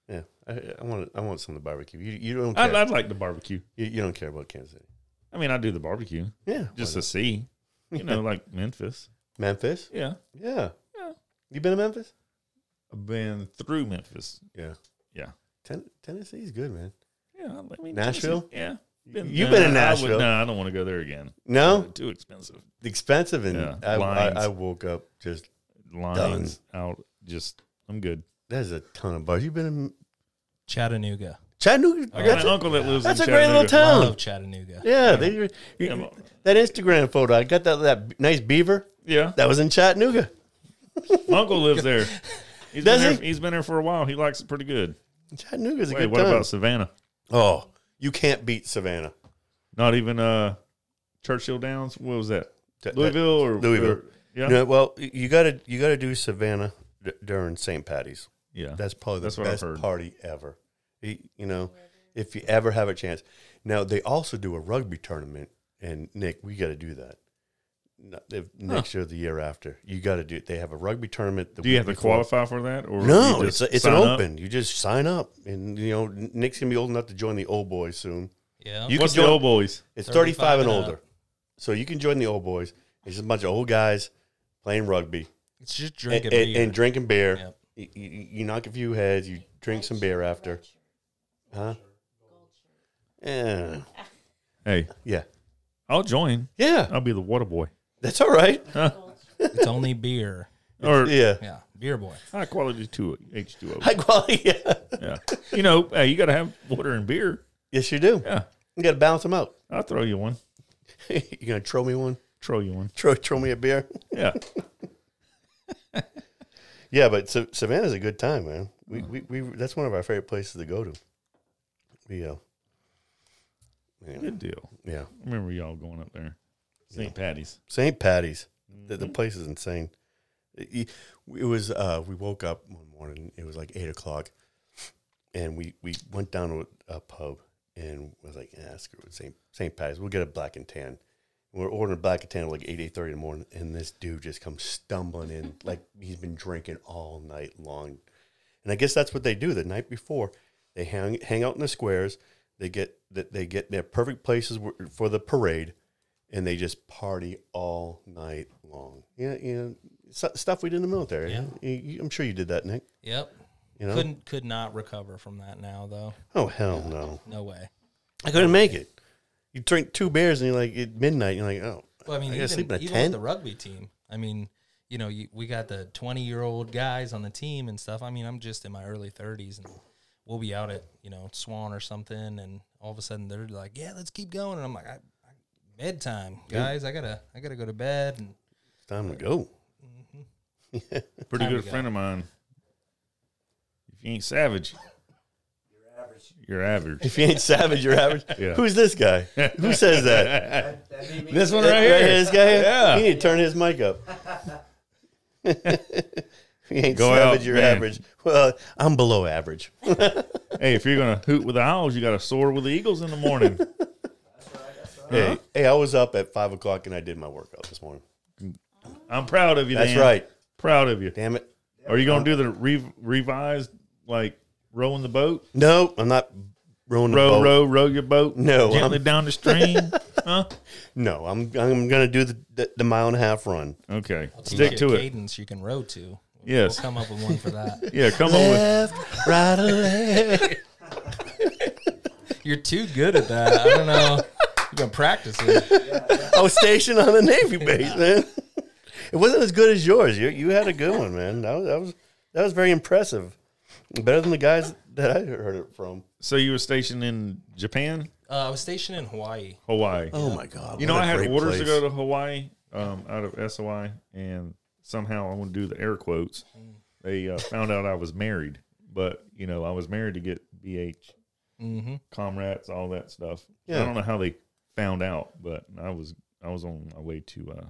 Speaker 1: Yeah, I, I want I want some of the barbecue. You, you don't care.
Speaker 2: I'd, I'd like the barbecue.
Speaker 1: you, you don't care about Kansas City.
Speaker 2: I mean, I do the barbecue
Speaker 1: Yeah, why
Speaker 2: just
Speaker 1: not?
Speaker 2: to see, you know, like Memphis.
Speaker 1: [LAUGHS] Memphis.
Speaker 2: Yeah,
Speaker 1: Yeah.
Speaker 2: Yeah.
Speaker 1: You been to Memphis?
Speaker 2: I've been through Memphis.
Speaker 1: Yeah.
Speaker 2: Yeah.
Speaker 1: Ten- Tennessee's good, man.
Speaker 2: Yeah, I mean
Speaker 1: Nashville?
Speaker 2: Tennessee- Yeah,
Speaker 1: You've been in
Speaker 2: Nah, I
Speaker 1: Nashville.
Speaker 2: would- No, I don't want to go there again.
Speaker 1: No,
Speaker 2: Uh, too expensive.
Speaker 1: expensive, and
Speaker 2: Yeah,
Speaker 1: I, I,
Speaker 2: lines.
Speaker 1: I woke up just
Speaker 2: Lines out. Just I'm good.
Speaker 1: there's a ton of bars. You've been in
Speaker 4: Chattanooga.
Speaker 1: Chattanooga.
Speaker 2: Oh, I got
Speaker 1: that's
Speaker 2: an
Speaker 1: a,
Speaker 2: uncle that lives.
Speaker 1: that's
Speaker 2: in
Speaker 1: a great little
Speaker 2: Chattanooga.
Speaker 1: town.
Speaker 4: Love Chattanooga.
Speaker 1: Yeah, they, you- you- that Instagram photo I got that that nice beaver
Speaker 2: Yeah,
Speaker 1: that was in Chattanooga.
Speaker 2: my uncle lives there. He's
Speaker 1: Does
Speaker 2: been there,
Speaker 1: he?
Speaker 2: he's been there for a while. He likes it pretty good.
Speaker 1: Chattanooga's a
Speaker 2: Wait,
Speaker 1: good
Speaker 2: what
Speaker 1: time.
Speaker 2: about Savannah?
Speaker 1: Oh, you can't beat Savannah.
Speaker 2: Not even uh, Churchill Downs. What was that?
Speaker 1: That- that-
Speaker 2: Louisville or
Speaker 1: Louisville.
Speaker 2: or- yeah,
Speaker 1: You know, well, you gotta you gotta do Savannah d- during St. Patty's.
Speaker 2: yeah.
Speaker 1: That's probably the
Speaker 2: That's what I've
Speaker 1: best
Speaker 2: heard.
Speaker 1: party ever. Y- You know, if you ever have a chance. Now they also do a rugby tournament, and Nick, we got to do that. No- if- Next year, or the year after, you got to do. They have a rugby tournament. The
Speaker 2: Do you
Speaker 1: week
Speaker 2: have to
Speaker 1: before.
Speaker 2: qualify for that, or
Speaker 1: No,
Speaker 2: you
Speaker 1: it's
Speaker 2: just
Speaker 1: a, it's an
Speaker 2: sign up?
Speaker 1: open. You just sign up, and you know Nick's gonna be old enough to join the old boys soon.
Speaker 4: Yeah.
Speaker 1: You
Speaker 2: What's
Speaker 1: can
Speaker 2: the
Speaker 1: join-
Speaker 2: old boys?
Speaker 1: It's 35,
Speaker 4: 35
Speaker 1: and
Speaker 4: and
Speaker 1: older,
Speaker 4: up.
Speaker 1: so you can join the old boys. It's just a bunch of old guys playing rugby
Speaker 4: It's just
Speaker 1: and,
Speaker 4: drinking
Speaker 1: and,
Speaker 4: beer.
Speaker 1: and drinking beer.
Speaker 4: Yep.
Speaker 1: You, you, you knock a few heads. You drink some beer after, huh? Yeah,
Speaker 2: Hey,
Speaker 1: yeah,
Speaker 2: I'll join.
Speaker 1: yeah.
Speaker 2: I'll be the water boy,
Speaker 1: That's all right.
Speaker 4: it's only beer.
Speaker 2: or
Speaker 1: Yeah,
Speaker 4: [LAUGHS] Yeah, beer boy.
Speaker 2: high quality two H two O.
Speaker 1: high quality. [LAUGHS] Yeah,
Speaker 2: Yeah, you know, hey, you got to have water and beer.
Speaker 1: yes, you do.
Speaker 2: Yeah,
Speaker 1: You got to balance them out. [LAUGHS]
Speaker 2: I'll throw you one.
Speaker 1: you gonna throw me one? [LAUGHS]
Speaker 2: Throw you one.
Speaker 1: Throw, throw me a beer? [LAUGHS]
Speaker 2: Yeah,
Speaker 1: Yeah, but Sa- Savannah's a good time, man. We, we, we that's one of our favorite places to go to. We uh, yeah,
Speaker 2: good deal.
Speaker 1: yeah.
Speaker 2: I remember y'all going up there, St. Patty's.
Speaker 1: St. Patty's. The, the place is insane. It, it was. Uh, we woke up one morning. It was like eight o'clock, and we we went down to a, a pub and was like, "Ah, screw it, St. St. Patty's. We'll get a black and tan." We're ordering black and tan at like eight eight thirty in the morning, and this dude just comes stumbling in like he's been drinking all night long, and I guess that's what they do the night before. They hang hang out in the squares. They get that they get their perfect places wh- for the parade, and they just party all night long. Yeah, you know, stu- stuff we did in the military.
Speaker 4: Yeah.
Speaker 1: You- you- I'm sure you did that, Nick.
Speaker 4: Yep.
Speaker 1: You know?
Speaker 4: Couldn't could not recover from that now though.
Speaker 1: oh hell no,
Speaker 4: No way.
Speaker 1: I couldn't make it. You drink two beers and you're like at midnight. You're like, oh,
Speaker 4: Well, I mean,
Speaker 1: I gotta
Speaker 4: even,
Speaker 1: sleep in a
Speaker 4: even
Speaker 1: tent?
Speaker 4: with the rugby team, I mean, you know, you, we got the 20 year old guys on the team and stuff. I mean, I'm just in my early 30s and we'll be out at, you know, Swan or something. And all of a sudden they're like, yeah, let's keep going. And I'm like, I, I, bedtime, guys. I got to, I got to go to bed. And
Speaker 1: it's time to go. [LAUGHS]
Speaker 2: Pretty
Speaker 4: Time
Speaker 2: good
Speaker 4: ago.
Speaker 2: friend of mine. If you ain't savage, you're average.
Speaker 1: If you ain't savage, you're average.
Speaker 2: Yeah.
Speaker 1: Who's this guy? Who says that?
Speaker 2: You're average.
Speaker 1: [LAUGHS] This one right here. This guy here.
Speaker 2: Yeah.
Speaker 1: You need to turn his mic up. [LAUGHS] you ain't
Speaker 2: Go
Speaker 1: savage,
Speaker 2: out,
Speaker 1: you're
Speaker 2: man.
Speaker 1: average. Well, I'm below average.
Speaker 2: hey, if you're gonna hoot with the owls, you got to soar with the eagles in the morning.
Speaker 1: Hey, hey, I was up at five o'clock and I did my workout this morning.
Speaker 2: I'm proud of you.
Speaker 1: That's
Speaker 2: Dan.
Speaker 1: right.
Speaker 2: Proud of you.
Speaker 1: Damn it.
Speaker 2: Are you gonna do the re- revised like rowing the boat?
Speaker 1: No, I'm not rowing the
Speaker 2: Row,
Speaker 1: boat.
Speaker 2: row, row your boat.
Speaker 1: No,
Speaker 2: gently
Speaker 1: I'm-
Speaker 2: down
Speaker 1: [LAUGHS]
Speaker 2: the stream. huh?
Speaker 1: No, I'm I'm gonna do the, the, the mile and a half run.
Speaker 2: Okay,
Speaker 4: teach you
Speaker 2: stick
Speaker 4: a
Speaker 2: to it.
Speaker 4: cadence you can row to.
Speaker 2: Yes.
Speaker 4: We'll come up with one
Speaker 2: [LAUGHS]
Speaker 4: for that.
Speaker 2: Yeah, come on. With,
Speaker 1: Left, right, left.
Speaker 4: You're too good at that. I don't know. You've been practicing.
Speaker 1: I was stationed oh, on the Navy base, man. It wasn't as good as yours. You you had a good one, man. That was that was, that was very impressive. Better than the guys that I heard it from.
Speaker 2: so you were stationed in Japan,
Speaker 4: Uh, I was stationed in Hawaii.
Speaker 2: Hawaii.
Speaker 1: Oh my god!
Speaker 2: You know, I had orders to go to Hawaii um, out of SOI, and somehow I'm going to do the air quotes. They uh, found out I was married, but you know, I was married to get BH,
Speaker 4: Mm-hmm.
Speaker 2: comrades, all that stuff.
Speaker 1: Yeah.
Speaker 2: I don't know how they found out, but I was I was on my way to uh,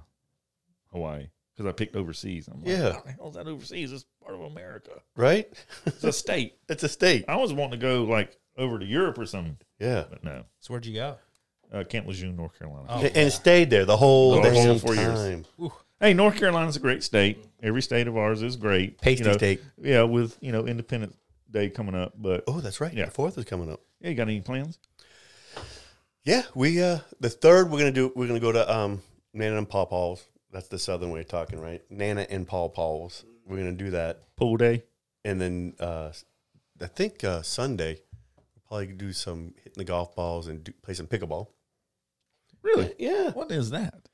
Speaker 2: Hawaii because I picked overseas. I'm like,
Speaker 1: Yeah.
Speaker 2: "How the hell's that overseas? It's part of America.
Speaker 1: right?
Speaker 2: It's a state.
Speaker 1: it's a state.
Speaker 2: I was wanting to go like over to Europe or something,
Speaker 1: Yeah.
Speaker 2: but no.
Speaker 4: So where'd you go?
Speaker 2: Uh, Camp Lejeune, North Carolina.
Speaker 4: Oh.
Speaker 1: and, and stayed there the whole,
Speaker 2: The
Speaker 1: the
Speaker 2: whole
Speaker 1: whole
Speaker 2: four years.
Speaker 1: time.
Speaker 2: Hey, North Carolina's a great state. Every state of ours is great.
Speaker 1: Pasty
Speaker 2: you know,
Speaker 1: state.
Speaker 2: Yeah, with you know Independence Day coming up, but
Speaker 1: Oh, that's right.
Speaker 2: Yeah.
Speaker 1: The fourth is coming up.
Speaker 2: yeah, you got any plans?
Speaker 1: Yeah, we uh the third we're gonna do we're gonna go to um Nana and Paw Paws. That's the southern way of talking, right? Nana and Paw Paws. We're gonna do that.
Speaker 2: Pool day.
Speaker 1: And then uh I think uh Sunday we'll probably do some hitting the golf balls and do, play some pickleball.
Speaker 2: Really?
Speaker 1: Yeah.
Speaker 2: What is that?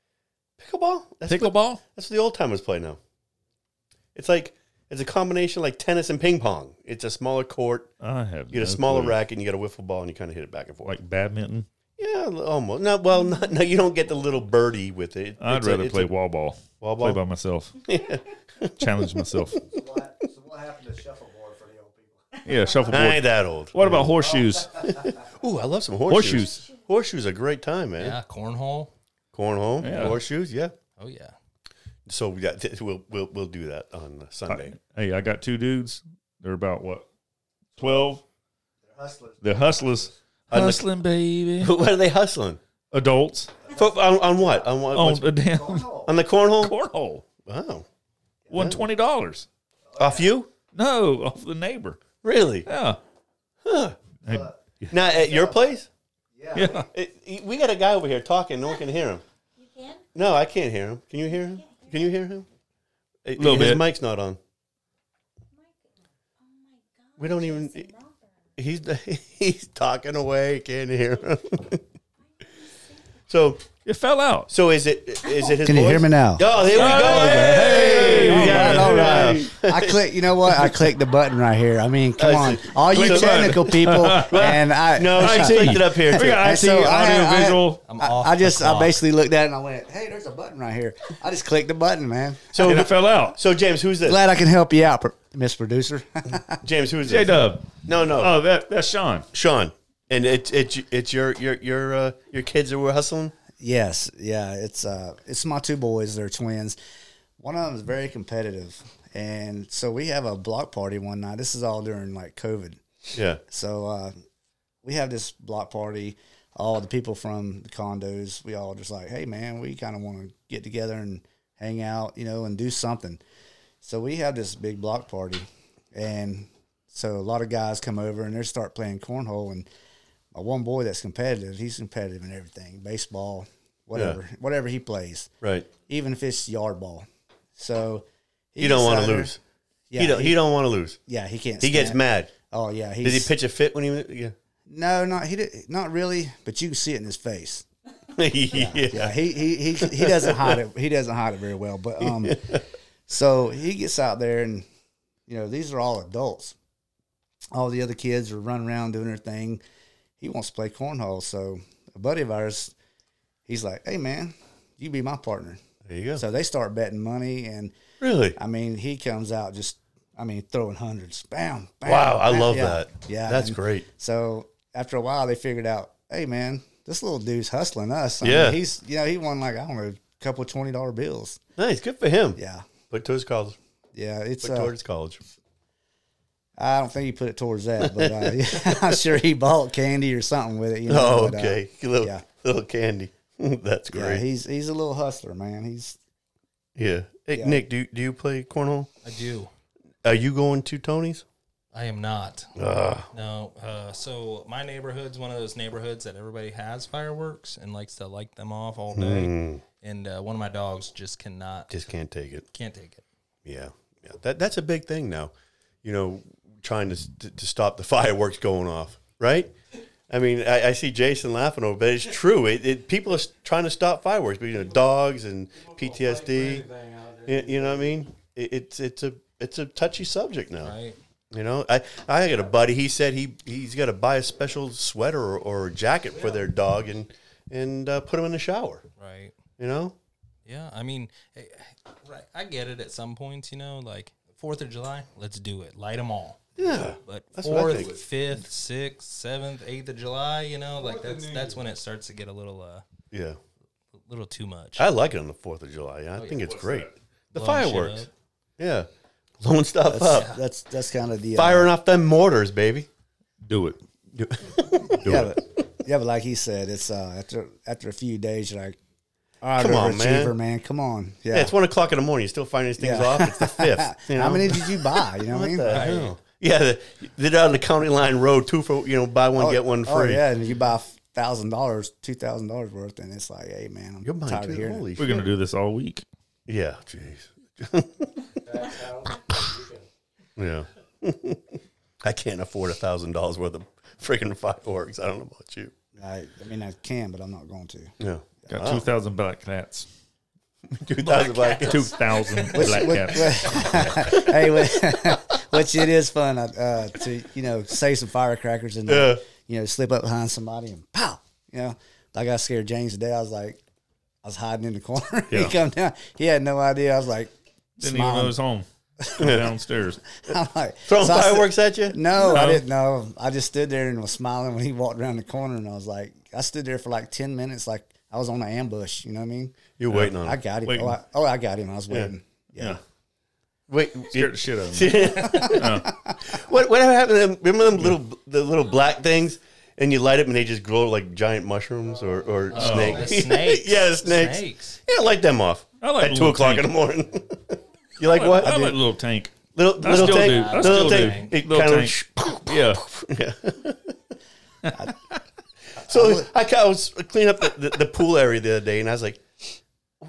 Speaker 1: Pickleball? That's what,
Speaker 2: Pickleball.
Speaker 1: that's what the old timers play now. It's like it's a combination like tennis and ping pong. It's a smaller court,
Speaker 2: I have.
Speaker 1: you get a
Speaker 2: no
Speaker 1: smaller
Speaker 2: clue.
Speaker 1: racket, and you got a wiffle ball and you kinda hit it back and forth.
Speaker 2: like badminton.
Speaker 1: Yeah, l- almost. Not well. [LAUGHS] Not, no, you don't get the little birdie with it.
Speaker 2: I'd
Speaker 1: It's a-
Speaker 2: rather
Speaker 1: it's
Speaker 2: play
Speaker 1: a
Speaker 2: wall ball.
Speaker 1: wall
Speaker 2: Play
Speaker 1: ball. [LAUGHS]
Speaker 2: by myself. Challenge myself.
Speaker 5: So what, so what happened to shuffleboard for the old people? Oh.
Speaker 2: Yeah,
Speaker 1: I ain't
Speaker 2: shuffleboard.
Speaker 1: that old.
Speaker 2: What about horseshoes?
Speaker 1: Ooh, I love some
Speaker 2: Horseshoes.
Speaker 1: horseshoes. Horseshoes, are a great time, man.
Speaker 4: Yeah, cornhole.
Speaker 1: Cornhole,
Speaker 2: Yeah.
Speaker 1: horseshoes, yeah.
Speaker 4: Oh yeah.
Speaker 1: So yeah, th- we'll we'll we'll do that on uh, Sunday.
Speaker 2: Hey, I got two dudes. They're about what? Twelve.
Speaker 5: They're hustlers.
Speaker 2: They're hustlers.
Speaker 1: Unlike-
Speaker 2: Hustling, baby.
Speaker 1: what are they hustling?
Speaker 2: Adults
Speaker 1: For, on, on what? On what?
Speaker 2: on
Speaker 1: what's-
Speaker 2: the damn
Speaker 5: Cornhole.
Speaker 1: on the cornhole?
Speaker 2: cornhole.
Speaker 1: wow,
Speaker 2: Won twenty dollars.
Speaker 1: off you?
Speaker 2: No, off the neighbor.
Speaker 1: Really?
Speaker 2: Yeah.
Speaker 1: Huh.
Speaker 2: Hey,
Speaker 1: Now at your place?
Speaker 5: Yeah.
Speaker 2: yeah.
Speaker 1: It, we got a guy over here talking. No one can hear him.
Speaker 6: You can?
Speaker 1: No, I can't hear him. Can you hear him? Can you hear him? A
Speaker 2: Little
Speaker 1: His
Speaker 2: bit.
Speaker 1: mic's not on.
Speaker 6: Oh my god.
Speaker 1: We don't even.
Speaker 6: it's a number.
Speaker 1: he's [LAUGHS] he's talking away. Can't hear him. [LAUGHS] so
Speaker 2: It fell out.
Speaker 1: so is it is it his?
Speaker 5: Can you
Speaker 1: voice?
Speaker 5: hear me now?
Speaker 1: Oh, here we go. Hey, we got it.
Speaker 5: All right. I click. You know what? I clicked the button right here. I mean, come on, all
Speaker 1: Click
Speaker 5: you
Speaker 1: the button. [LAUGHS]
Speaker 5: technical people, and [LAUGHS] I.
Speaker 1: No, she
Speaker 2: IT.
Speaker 1: clicked it up here
Speaker 2: We
Speaker 1: too.
Speaker 2: got IT,
Speaker 5: So I-
Speaker 2: audio,
Speaker 5: I-
Speaker 2: visual.
Speaker 4: I'm
Speaker 5: I,
Speaker 4: off
Speaker 5: I
Speaker 4: the
Speaker 5: just I
Speaker 4: clock.
Speaker 5: basically looked at it and I went, "Hey, there's a button right here." I just clicked the button, man.
Speaker 1: So
Speaker 2: and it fell out.
Speaker 1: so James, who's this?
Speaker 5: Glad I can help you out, pr- Miss Producer. [LAUGHS]
Speaker 1: James, who is
Speaker 2: J
Speaker 1: this?
Speaker 2: Dub.
Speaker 1: No, no,
Speaker 2: Oh, that that's Sean.
Speaker 1: Sean. And it's it's it's your your your uh, your kids that were hustling.
Speaker 5: yes, yeah, it's uh, it's my two boys. They're twins. One of them is very competitive, and so we have a block party one night. This is all during like COVID.
Speaker 1: Yeah.
Speaker 5: So uh, we have this block party. All the people from the condos, we all just like, hey man, we kind of want to get together and hang out, you know, and do something. So we have this big block party, and so a lot of guys come over and they start playing cornhole. And my one boy that's competitive, he's competitive in everything, baseball, whatever, whatever he plays,
Speaker 1: Right.
Speaker 5: even if it's yard ball. So he
Speaker 1: You don't
Speaker 5: gets
Speaker 1: want
Speaker 5: out
Speaker 1: to
Speaker 5: there-
Speaker 1: lose.
Speaker 5: Yeah,
Speaker 1: he don't. He, don't want to lose.
Speaker 5: yeah, he can't.
Speaker 1: He gets
Speaker 5: stand-
Speaker 1: mad.
Speaker 5: Oh yeah, he's,
Speaker 1: Did he pitch a fit when he? was- Yeah. [LAUGHS]
Speaker 5: no, not he. Did, not really, but you can see it in his face.
Speaker 1: yeah.
Speaker 5: Yeah, he he he, he doesn't hide it. He doesn't hide it very well.
Speaker 1: [LAUGHS]
Speaker 5: But um, so he gets out there, and you know these are all adults. All the other kids are running around doing their thing. He wants to play cornhole, so a buddy of ours, he's like, "Hey man, you be my partner."
Speaker 1: There you go.
Speaker 5: So they start betting money, and
Speaker 1: really.
Speaker 5: I mean, he comes out just, I mean, throwing hundreds. Bam. bam
Speaker 1: Wow, I
Speaker 5: bam.
Speaker 1: love
Speaker 5: Yeah,
Speaker 1: that.
Speaker 5: Yeah,
Speaker 1: that's
Speaker 5: and-
Speaker 1: great.
Speaker 5: So after a while, they figured out, hey man, this little dude's hustling us. I
Speaker 1: Yeah.
Speaker 5: mean, he's you know he won like I don't know a couple twenty dollar bills.
Speaker 1: Nice, good for him.
Speaker 5: Yeah,
Speaker 1: Put towards college.
Speaker 5: yeah. It's
Speaker 1: Put
Speaker 5: uh,
Speaker 1: towards
Speaker 5: [LAUGHS]
Speaker 1: college.
Speaker 5: I don't think he put it towards that, but uh, [LAUGHS] yeah, I'm sure he bought candy or something with it. You know?
Speaker 1: Oh,
Speaker 5: but, uh,
Speaker 1: okay. little,
Speaker 5: yeah.
Speaker 1: little candy. [LAUGHS] That's
Speaker 5: yeah,
Speaker 1: great.
Speaker 5: he's he's a little hustler, man. He's
Speaker 1: Yeah. Hey,
Speaker 5: Yeah.
Speaker 1: Nick, do you, do you play cornhole?
Speaker 4: I do.
Speaker 1: Are you going to Tony's?
Speaker 4: I am not.
Speaker 1: Uh,
Speaker 4: No. Uh, so my neighborhood's one of those neighborhoods that everybody has fireworks and likes to light them off all day.
Speaker 1: Hmm.
Speaker 4: And uh, one of my dogs just cannot,
Speaker 1: just can't take it.
Speaker 4: can't take it.
Speaker 1: Yeah. yeah. That that's a big thing now. You know, trying to s- to, to stop the [LAUGHS] fireworks going off, right? I mean, I, I see Jason laughing over, it, but it's true. It, it people are s- trying to stop fireworks, but you know, dogs and PTSD. You, you know what I mean? It, it's it's a it's a touchy subject now.
Speaker 4: Right.
Speaker 1: You know, I I got a buddy. He said he he's got to buy a special sweater or, or jacket for their dog and and uh, put him in the shower.
Speaker 4: Right.
Speaker 1: You know,
Speaker 4: Yeah. I mean, eh, right. I get it at some points, you know, like Fourth of July, let's do it. Light them all.
Speaker 1: yeah,
Speaker 4: But
Speaker 1: That's what I think.
Speaker 4: fourth, fifth, sixth, seventh, eighth of July, you know, like that's that's when it starts to get a little uh
Speaker 1: yeah.
Speaker 4: little too much.
Speaker 5: Oh,
Speaker 1: I like it on the Fourth of July. I think it's great. the
Speaker 4: Blowing shit
Speaker 1: fireworks.
Speaker 4: up.
Speaker 1: Yeah, blowing stuff up,
Speaker 5: That's that's, that's kind of the uh,
Speaker 1: firing off them mortars, baby.
Speaker 2: Do it.
Speaker 1: Do-
Speaker 5: yeah, but, yeah, but like he said, it's uh, after after a few days, you're like, all right,
Speaker 1: Come
Speaker 5: come
Speaker 1: on,
Speaker 5: on,
Speaker 1: man.
Speaker 5: man. come on, yeah.
Speaker 1: Yeah, it's one o'clock in the morning. You're still firing these things
Speaker 5: Yeah.
Speaker 1: off.
Speaker 5: [LAUGHS]
Speaker 1: It's the fifth. You know?
Speaker 5: How many did you buy? You know what, I
Speaker 1: What
Speaker 5: mean?
Speaker 1: the hell? Yeah, the, they're down the county line road, two for you know, buy one
Speaker 5: Oh,
Speaker 1: get one free.
Speaker 5: Oh yeah, and you buy thousand dollars, two thousand dollars worth, and it's like, hey man, I'm
Speaker 1: Your mind,
Speaker 5: tired
Speaker 1: too.
Speaker 5: of hearing.
Speaker 1: Holy
Speaker 5: Holy.
Speaker 2: We're
Speaker 1: shit.
Speaker 2: gonna do this all week.
Speaker 1: Yeah, jeez. [LAUGHS] yeah. [LAUGHS] I can't afford a thousand dollars worth of freaking fireworks. I don't know about you.
Speaker 5: I, I mean, I can, but I'm not going to. [LAUGHS]
Speaker 1: Yeah.
Speaker 2: Got two thousand black cats.
Speaker 1: [LAUGHS] Two thousand black
Speaker 5: [LAUGHS]
Speaker 2: Two thousand
Speaker 5: Which,
Speaker 2: black
Speaker 5: which-
Speaker 2: cats.
Speaker 5: hey, wh- [LAUGHS] which it is fun uh, uh, to you know save some firecrackers and uh,
Speaker 1: Yeah.
Speaker 5: you know slip up behind somebody and pow. You know, like I scared James today. I was like, I was hiding in the corner. [LAUGHS]
Speaker 1: Yeah.
Speaker 5: he come down. He had no idea. I was like, [LAUGHS]
Speaker 2: Didn't even know
Speaker 5: smiling.
Speaker 2: it was
Speaker 1: [LAUGHS]
Speaker 2: home. Downstairs.
Speaker 5: I'm like
Speaker 1: throwing
Speaker 5: so I stood-
Speaker 1: fireworks at you?
Speaker 5: No, I
Speaker 2: No.
Speaker 5: didn't know. I just stood there and was smiling when he walked around the corner, and I was like, I stood there for like ten minutes, like I was on an ambush. You know what I mean?
Speaker 1: You're waiting on
Speaker 5: I
Speaker 1: it.
Speaker 5: got him.
Speaker 2: Waiting.
Speaker 5: Oh I, oh, I got him. I was waiting.
Speaker 2: Yeah.
Speaker 1: Wait,
Speaker 2: Scared the shit out of me.
Speaker 1: what what happened? To them, remember them little the little black things, and you light up and they just grow like giant mushrooms or or
Speaker 4: Oh, The
Speaker 1: snakes. [LAUGHS]
Speaker 4: snakes.
Speaker 1: yeah, the snakes. Yeah, light them off.
Speaker 2: I like
Speaker 1: at
Speaker 2: the
Speaker 1: two
Speaker 2: little
Speaker 1: o'clock
Speaker 2: tank.
Speaker 1: in the morning. [LAUGHS] you like what?
Speaker 2: I, like little tank.
Speaker 1: little
Speaker 2: I
Speaker 1: little
Speaker 2: still
Speaker 1: tank.
Speaker 2: do. I
Speaker 1: Little
Speaker 2: still
Speaker 1: tank.
Speaker 2: do.
Speaker 1: It
Speaker 2: Little
Speaker 1: kind
Speaker 2: tank.
Speaker 1: of.
Speaker 2: Yeah.
Speaker 1: [LAUGHS] So I, ca- I was cleaning up the, the, the pool area the other day, and I was like,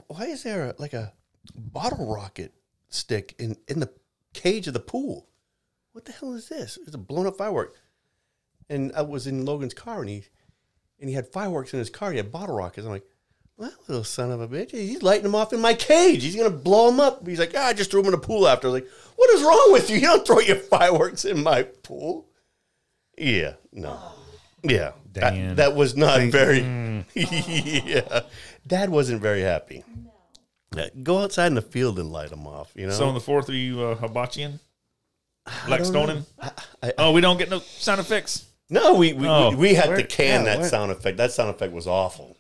Speaker 1: "Why is there a, like a bottle rocket stick in in the cage of the pool? What the hell is this? It's a blown up firework." And I was in Logan's car, and he and he had fireworks in his car. He had bottle rockets. I'm like, "Well, that little son of a bitch, he's lighting them off in my cage. He's gonna blow them up." He's like, "Ah, "I just threw them in the pool." After I was like, "What is wrong with you? You don't throw your [LAUGHS] fireworks in my pool." Yeah, no. Yeah, that-
Speaker 2: Dan.
Speaker 1: that was not very. [LAUGHS] yeah, Dad wasn't very happy. Yeah, Go outside in the field and light them off. You know,
Speaker 2: So on the fourth, are you uh, hibachian? Like stoning?
Speaker 1: I-
Speaker 2: oh, we don't get no sound effects.
Speaker 1: no, we we,
Speaker 2: Oh.
Speaker 1: we, we had to
Speaker 5: Where-
Speaker 1: can
Speaker 5: yeah,
Speaker 1: that
Speaker 5: where-
Speaker 1: sound effect. That sound effect was awful.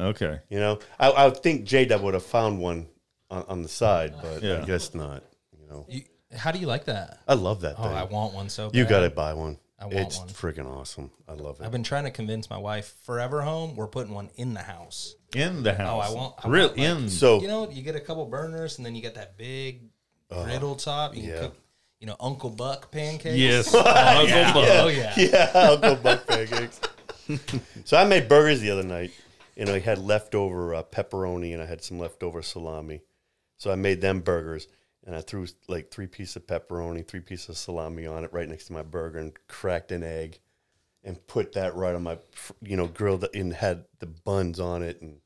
Speaker 2: Okay.
Speaker 1: You know, I, I would think J Dub would have found one on, on the side, but I
Speaker 2: Yeah.
Speaker 1: guess not. You know,
Speaker 4: You, how do you like that?
Speaker 1: I love that
Speaker 4: Oh,
Speaker 1: thing.
Speaker 4: I want one so.
Speaker 1: you
Speaker 4: bad.
Speaker 1: got to buy one.
Speaker 4: I want
Speaker 1: it's
Speaker 4: one.
Speaker 1: freaking awesome. I love
Speaker 4: I've
Speaker 1: it.
Speaker 4: been trying to convince my wife. Forever home. We're putting one in the house.
Speaker 2: In the house.
Speaker 4: Oh, I want- I
Speaker 2: Real
Speaker 4: want, like-
Speaker 2: in.
Speaker 5: Oh.
Speaker 1: So
Speaker 4: You know, you get a couple burners, and then you get that big
Speaker 5: Uh-huh.
Speaker 4: griddle top. You can
Speaker 1: yeah.
Speaker 4: cook, you know, Uncle Buck
Speaker 2: [LAUGHS]
Speaker 4: pancakes.
Speaker 2: yes. Uncle Buck.
Speaker 4: [LAUGHS] Oh yeah.
Speaker 1: [LAUGHS] yeah, Uncle Buck
Speaker 2: [LAUGHS]
Speaker 1: pancakes. so I made burgers the other night, and I had leftover uh, pepperoni and I had some leftover salami. So I made them burgers, and I threw like three pieces of pepperoni, three pieces of salami on it, right next to my burger, and cracked an egg, and put that right on my, fr- you know, grilled it and had the buns on it, and